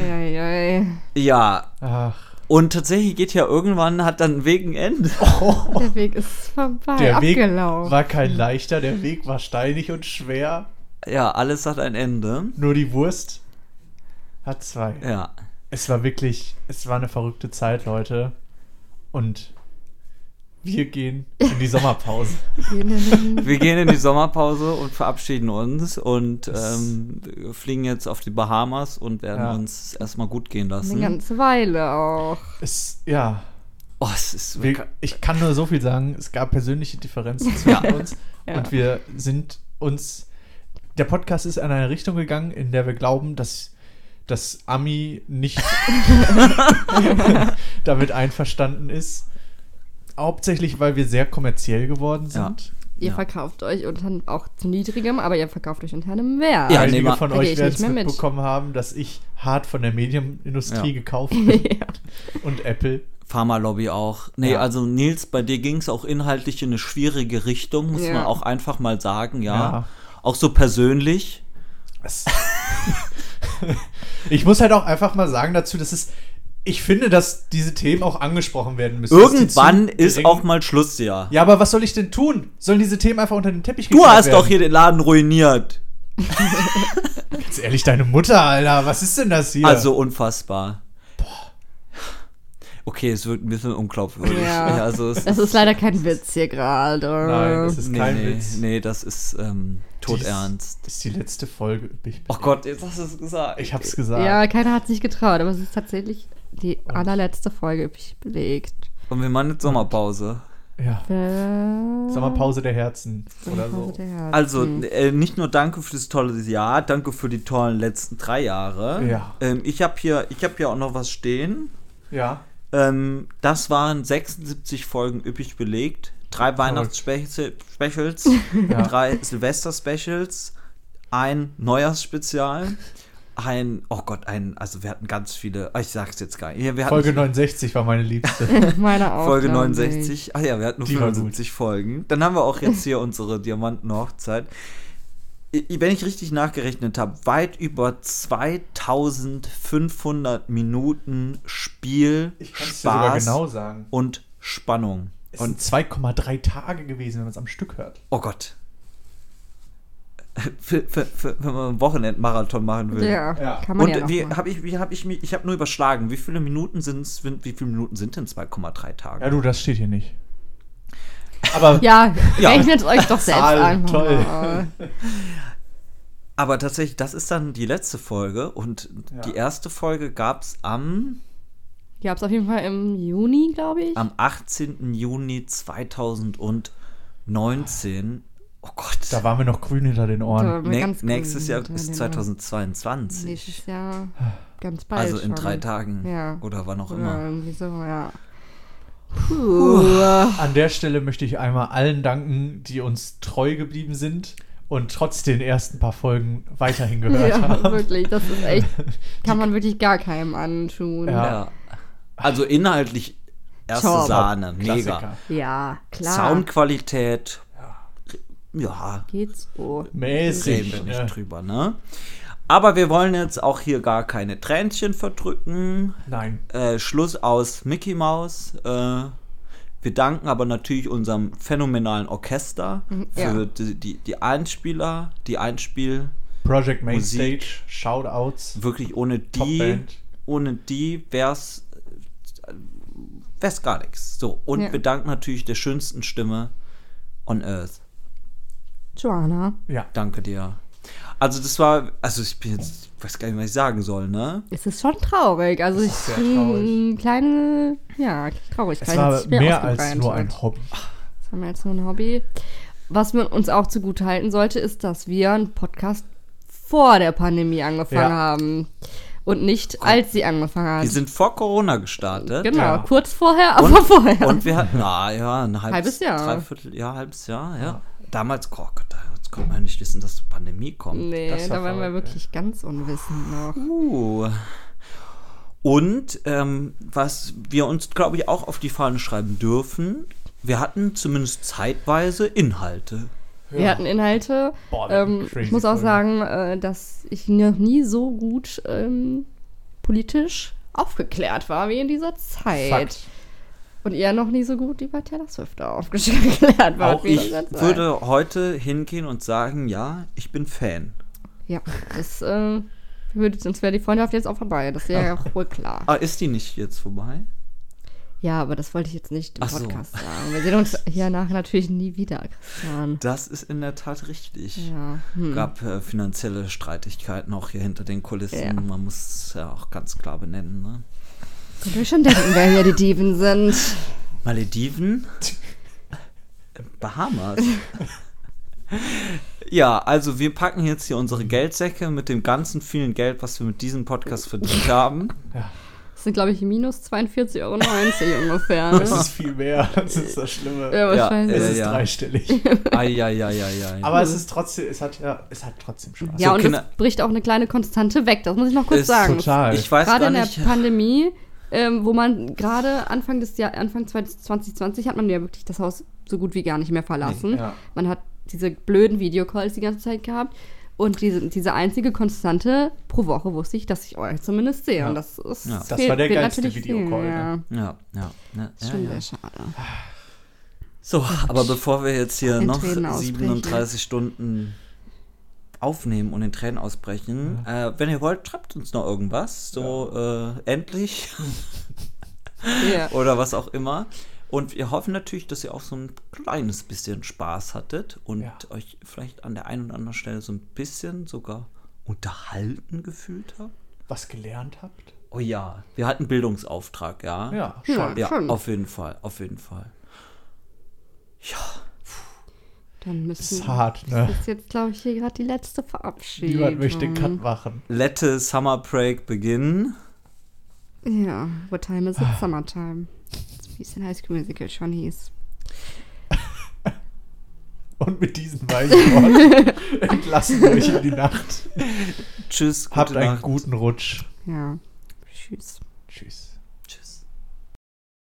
Speaker 2: Eieiei.
Speaker 3: ja,
Speaker 1: Ach.
Speaker 3: Und tatsächlich geht ja irgendwann, hat dann wegen Ende.
Speaker 2: Der Weg ist vorbei.
Speaker 1: Der Weg
Speaker 2: abgelaufen.
Speaker 1: war kein leichter, der Weg war steinig und schwer.
Speaker 3: Ja, alles hat ein Ende.
Speaker 1: Nur die Wurst hat zwei.
Speaker 3: Ja.
Speaker 1: Es war wirklich, es war eine verrückte Zeit, Leute. Und wir gehen in die Sommerpause.
Speaker 3: Wir gehen in die Sommerpause und verabschieden uns und ähm, fliegen jetzt auf die Bahamas und werden
Speaker 1: Ja.
Speaker 3: uns erstmal gut gehen
Speaker 2: Eine
Speaker 3: lassen.
Speaker 2: ganze Weile auch.
Speaker 1: es, ja,
Speaker 3: Oh, es ist
Speaker 1: wir, ich kann nur so viel sagen. Es gab persönliche Differenzen zwischen uns und wir sind uns. Der Podcast ist in eine Richtung gegangen, in der wir glauben, dass dass Ami nicht damit einverstanden ist. Hauptsächlich, weil wir sehr kommerziell geworden
Speaker 3: Ja.
Speaker 1: sind.
Speaker 2: Ihr
Speaker 3: Ja.
Speaker 2: verkauft euch unter, auch zu niedrigem, aber ihr verkauft euch unter einem Wert.
Speaker 3: Ja,
Speaker 1: Einige
Speaker 3: nee, ma-
Speaker 1: von
Speaker 2: da geh
Speaker 1: euch
Speaker 2: ich
Speaker 1: werden es
Speaker 2: nicht mehr mit.
Speaker 1: mitbekommen haben, dass ich hart von der Medienindustrie
Speaker 3: Ja.
Speaker 1: gekauft bin und Apple.
Speaker 3: Pharma-Lobby auch. Nee,
Speaker 1: Ja.
Speaker 3: also Nils, bei dir ging es auch inhaltlich in eine schwierige Richtung, muss
Speaker 2: Ja.
Speaker 3: man auch einfach mal sagen, ja.
Speaker 1: Ja.
Speaker 3: Auch so persönlich.
Speaker 1: Es- ich muss halt auch einfach mal sagen dazu, dass es. Ich finde, dass diese Themen auch angesprochen werden müssen. dass die
Speaker 3: Irgendwann
Speaker 1: zu
Speaker 3: ist
Speaker 1: gering-
Speaker 3: auch mal Schluss, ja.
Speaker 1: Ja, aber was soll ich denn tun? Sollen diese Themen einfach unter den Teppich
Speaker 3: Du
Speaker 1: gekehrt
Speaker 3: hast
Speaker 1: werden?
Speaker 3: doch hier den Laden ruiniert.
Speaker 1: Ganz ehrlich, deine Mutter, Alter, was ist denn das hier?
Speaker 3: Also unfassbar. Okay, es wird ein bisschen unglaubwürdig.
Speaker 2: Ja.
Speaker 3: also es
Speaker 2: Das ist leider kein Witz hier gerade.
Speaker 1: Nein, das ist
Speaker 3: nee,
Speaker 1: kein
Speaker 3: nee,
Speaker 1: Witz.
Speaker 3: nee, das ist ähm,
Speaker 1: Dies
Speaker 3: todernst.
Speaker 1: ist die letzte Folge. Ich,
Speaker 3: Oh Gott, jetzt hast du es gesagt.
Speaker 1: ich hab's gesagt.
Speaker 2: Ja, keiner hat sich getraut, aber es ist tatsächlich die allerletzte Folge üppig belegt.
Speaker 3: Und wir machen jetzt Sommerpause.
Speaker 1: ja.
Speaker 2: Äh,
Speaker 1: Sommerpause der Herzen oder so.
Speaker 2: der Herzen.
Speaker 3: Also,
Speaker 1: Mhm.
Speaker 3: äh, nicht nur danke für das tolle Jahr, danke für die tollen letzten drei Jahre.
Speaker 1: Ja.
Speaker 3: Ähm, ich habe hier, ich hab hier auch noch was stehen.
Speaker 1: Ja.
Speaker 3: Ähm, das waren 76 Folgen üppig belegt. Drei Weihnachts-Specials, drei Silvester-Specials, ein Neujahrsspezial, ein, oh Gott, ein, also wir hatten ganz viele, ah, ich sag's jetzt gar nicht. Ja, Wir hatten
Speaker 1: Folge 69 war meine liebste.
Speaker 2: Also, Meine auch.
Speaker 3: Folge
Speaker 2: glaub
Speaker 3: 69, ah ja, wir hatten nur
Speaker 1: Die war gut.
Speaker 3: 75 Folgen. Dann haben wir auch jetzt hier unsere Diamantenhochzeit. I- Wenn ich richtig nachgerechnet habe, weit über 2500 Minuten Spiel,
Speaker 1: kann's genau
Speaker 3: Spaß
Speaker 1: sagen.
Speaker 3: und Spannung.
Speaker 1: Es
Speaker 3: Und
Speaker 1: sind 2,3 Tage gewesen, wenn man es am Stück hört.
Speaker 3: Oh Gott. für, für, für, wenn man einen Wochenendmarathon machen will.
Speaker 2: Ja,
Speaker 1: Ja.
Speaker 2: kann man
Speaker 3: Und
Speaker 2: ja noch
Speaker 3: wie
Speaker 2: mal.
Speaker 3: habe ich, wie hab ich mich, ich habe nur überschlagen, wie viele Minuten sind's, wie viele Minuten sind denn 2,3 Tage?
Speaker 1: Ja, du, das steht hier nicht. Aber
Speaker 2: Ja,
Speaker 3: Ja.
Speaker 2: rechnet euch doch selbst
Speaker 1: Zahl,
Speaker 2: an.
Speaker 1: toll.
Speaker 3: Aber tatsächlich, das ist dann die letzte Folge und die erste Folge gab's am,
Speaker 2: Die hab's auf jeden Fall im Juni, glaube ich.
Speaker 3: am 18. Juni 2019. Oh Gott.
Speaker 1: da waren wir noch grün hinter den
Speaker 2: Da
Speaker 1: Ohren.
Speaker 2: waren wir
Speaker 3: Nä-
Speaker 2: ganz
Speaker 3: nächstes
Speaker 2: grün
Speaker 3: Jahr
Speaker 2: unter
Speaker 3: ist
Speaker 2: den
Speaker 3: 2022.
Speaker 2: Augen. Nächstes Jahr ganz bald.
Speaker 3: also in
Speaker 2: schon.
Speaker 3: drei Tagen
Speaker 2: Ja.
Speaker 3: oder wann auch
Speaker 2: Oder
Speaker 3: immer.
Speaker 2: irgendwie so, ja. Puh.
Speaker 1: An der Stelle möchte ich einmal allen danken, die uns treu geblieben sind und trotz den ersten paar Folgen weiterhin gehört
Speaker 2: Ja,
Speaker 1: haben.
Speaker 2: wirklich, das ist echt, kann man wirklich gar keinem antun.
Speaker 1: Ja.
Speaker 3: Ja. Also inhaltlich erste
Speaker 2: Top.
Speaker 3: Sahne,
Speaker 1: Klassiker.
Speaker 3: mega.
Speaker 2: Ja, klar.
Speaker 3: Soundqualität, ja,
Speaker 2: geht's so.
Speaker 1: Mäßig.
Speaker 3: reden wir
Speaker 1: ne?
Speaker 3: nicht drüber, ne? Aber wir wollen jetzt auch hier gar keine Tränchen verdrücken.
Speaker 1: Nein.
Speaker 3: Äh, Schluss aus Mickey Mouse. Äh, wir danken aber natürlich unserem phänomenalen Orchester
Speaker 2: Mhm, ja.
Speaker 3: für die, die, die Einspieler, die Einspiel.
Speaker 1: Project Mainstage,
Speaker 3: Musik.
Speaker 1: Shoutouts.
Speaker 3: Wirklich ohne die,
Speaker 1: Top-Band.
Speaker 3: ohne die wär's, wär's gar nichts. So, und
Speaker 2: Ja.
Speaker 3: wir danken natürlich der schönsten Stimme on Earth.
Speaker 2: Joanna.
Speaker 1: Ja.
Speaker 3: Danke dir. Also das war, also ich bin jetzt, weiß gar nicht, was ich sagen soll, ne?
Speaker 2: Es ist schon traurig. Also ich
Speaker 1: sehr
Speaker 2: hm, kleine ja, Traurigkeit.
Speaker 1: Es
Speaker 2: Das
Speaker 1: war
Speaker 2: ist schwer
Speaker 1: mehr als
Speaker 2: ausgebreitet.
Speaker 1: nur ein Hobby.
Speaker 2: Das haben wir jetzt nur ein Hobby. Was man uns auch zugute halten sollte, ist, dass wir einen Podcast vor der Pandemie angefangen
Speaker 1: Ja.
Speaker 2: haben und nicht als sie angefangen hat.
Speaker 3: Wir sind vor Corona gestartet.
Speaker 2: genau,
Speaker 1: ja.
Speaker 2: kurz vorher, aber vorher.
Speaker 3: Und wir hatten, na ja, ein halbes,
Speaker 2: Halbes Jahr.
Speaker 3: Dreiviertel, ja, halbes Jahr, ja. Damals, oh Gott, damals konnte man ja nicht wissen, dass Pandemie kommt.
Speaker 2: nee,
Speaker 1: das war
Speaker 2: da waren wir
Speaker 1: verrückt,
Speaker 2: wirklich ganz unwissend noch.
Speaker 3: Uh. Und ähm, was wir uns, glaube ich, auch auf die Fahne schreiben dürfen, wir hatten zumindest zeitweise Inhalte.
Speaker 2: Wir hatten Inhalte.
Speaker 1: Boah, wir hatten
Speaker 2: ähm, ich
Speaker 1: crazy
Speaker 2: muss auch
Speaker 1: Folgen.
Speaker 2: sagen, äh, dass ich noch nie so gut ähm, politisch aufgeklärt war wie in dieser Zeit.
Speaker 1: Fakt.
Speaker 2: Und ihr noch nie so gut über Taylor Swift aufgeklärt war.
Speaker 1: Auch
Speaker 2: wie in
Speaker 1: ich
Speaker 2: dieser Zeit.
Speaker 3: Würde heute hingehen und sagen, ja, ich bin Fan.
Speaker 2: Ja, das äh, würde, sonst wäre die Freundschaft jetzt auch vorbei. Das ist ja auch wohl klar.
Speaker 3: Ah, ist die nicht jetzt vorbei?
Speaker 2: Ja, aber das wollte ich jetzt nicht im
Speaker 3: Ach so.
Speaker 2: Podcast sagen. Wir sehen uns hier nach natürlich nie wieder, Christian.
Speaker 3: Das ist in der Tat richtig.
Speaker 2: Ja,
Speaker 3: Gab äh, finanzielle Streitigkeiten auch hier hinter den Kulissen.
Speaker 2: Ja.
Speaker 3: Man muss es ja auch ganz klar benennen. Ne?
Speaker 2: könnt ihr euch schon denken, wer hier die Dieben sind.
Speaker 3: Malediven? Bahamas. ja, also wir packen jetzt hier unsere Geldsäcke mit dem ganzen vielen Geld, was wir mit diesem Podcast verdient haben.
Speaker 2: Das sind, glaube ich, minus 42,90 Euro ungefähr. Ne?
Speaker 1: Das ist viel mehr. Das ist das Schlimme.
Speaker 2: ja, wahrscheinlich.
Speaker 1: es
Speaker 3: äh,
Speaker 1: ist
Speaker 3: ja.
Speaker 1: dreistellig.
Speaker 3: Eieieiei.
Speaker 1: Aber es ist trotzdem, es hat ja, es hat trotzdem Spaß.
Speaker 2: Ja,
Speaker 3: So,
Speaker 2: und
Speaker 3: Kinder-
Speaker 2: es bricht auch eine kleine Konstante weg. Das muss ich noch kurz
Speaker 3: Ist
Speaker 2: sagen.
Speaker 1: Total.
Speaker 3: Ich weiß
Speaker 2: Gerade
Speaker 3: gar
Speaker 2: in der
Speaker 3: nicht.
Speaker 2: Pandemie, ähm, wo man gerade Anfang des Jahr, Anfang 2020 hat man ja wirklich das Haus so gut wie gar nicht mehr verlassen.
Speaker 1: Nee, ja.
Speaker 2: Man hat diese blöden Videocalls die ganze Zeit gehabt. Und diese, diese einzige Konstante pro Woche wusste ich, dass ich euch zumindest sehe. Und das ist
Speaker 3: Ja.
Speaker 1: Das war der
Speaker 2: fehlt
Speaker 1: geilste
Speaker 2: natürlich vielen,
Speaker 1: Videocall,
Speaker 2: Ja.
Speaker 3: Ja, ja, ja,
Speaker 2: Ist
Speaker 3: ja,
Speaker 2: schon
Speaker 3: ja.
Speaker 2: sehr schade.
Speaker 3: So, aber bevor wir jetzt hier
Speaker 2: In
Speaker 3: noch
Speaker 2: Tränen ausbrechen.
Speaker 3: 37 Stunden aufnehmen und in Tränen ausbrechen, äh, wenn ihr wollt, schreibt uns noch irgendwas. So, äh, endlich.
Speaker 2: Ja.
Speaker 3: oder was auch immer. Und wir hoffen natürlich, dass ihr auch so ein kleines bisschen Spaß hattet und
Speaker 1: Ja.
Speaker 3: euch vielleicht an der einen oder anderen Stelle so ein bisschen sogar unterhalten gefühlt habt.
Speaker 1: Was gelernt habt?
Speaker 3: Oh ja, wir hatten Bildungsauftrag, ja.
Speaker 1: Ja, schon.
Speaker 3: Ja,
Speaker 2: schon.
Speaker 3: auf jeden Fall, auf jeden Fall.
Speaker 2: Dann müssen
Speaker 1: Ist hart, ne?
Speaker 2: Hm. das ist hm. jetzt, glaube ich, hier gerade die letzte Verabschiedung.
Speaker 1: Niemand möchte einen Cut machen.
Speaker 3: Lette Summer Break beginnen.
Speaker 2: Ja, what time is it? Summertime. Wie es in High School Musical schon hieß.
Speaker 1: Und mit diesen weisen Worten entlassen wir euch in die Nacht.
Speaker 3: Tschüss, gute
Speaker 1: Habt einen
Speaker 3: Nacht.
Speaker 1: guten Rutsch.
Speaker 2: Ja. Tschüss.
Speaker 1: Tschüss.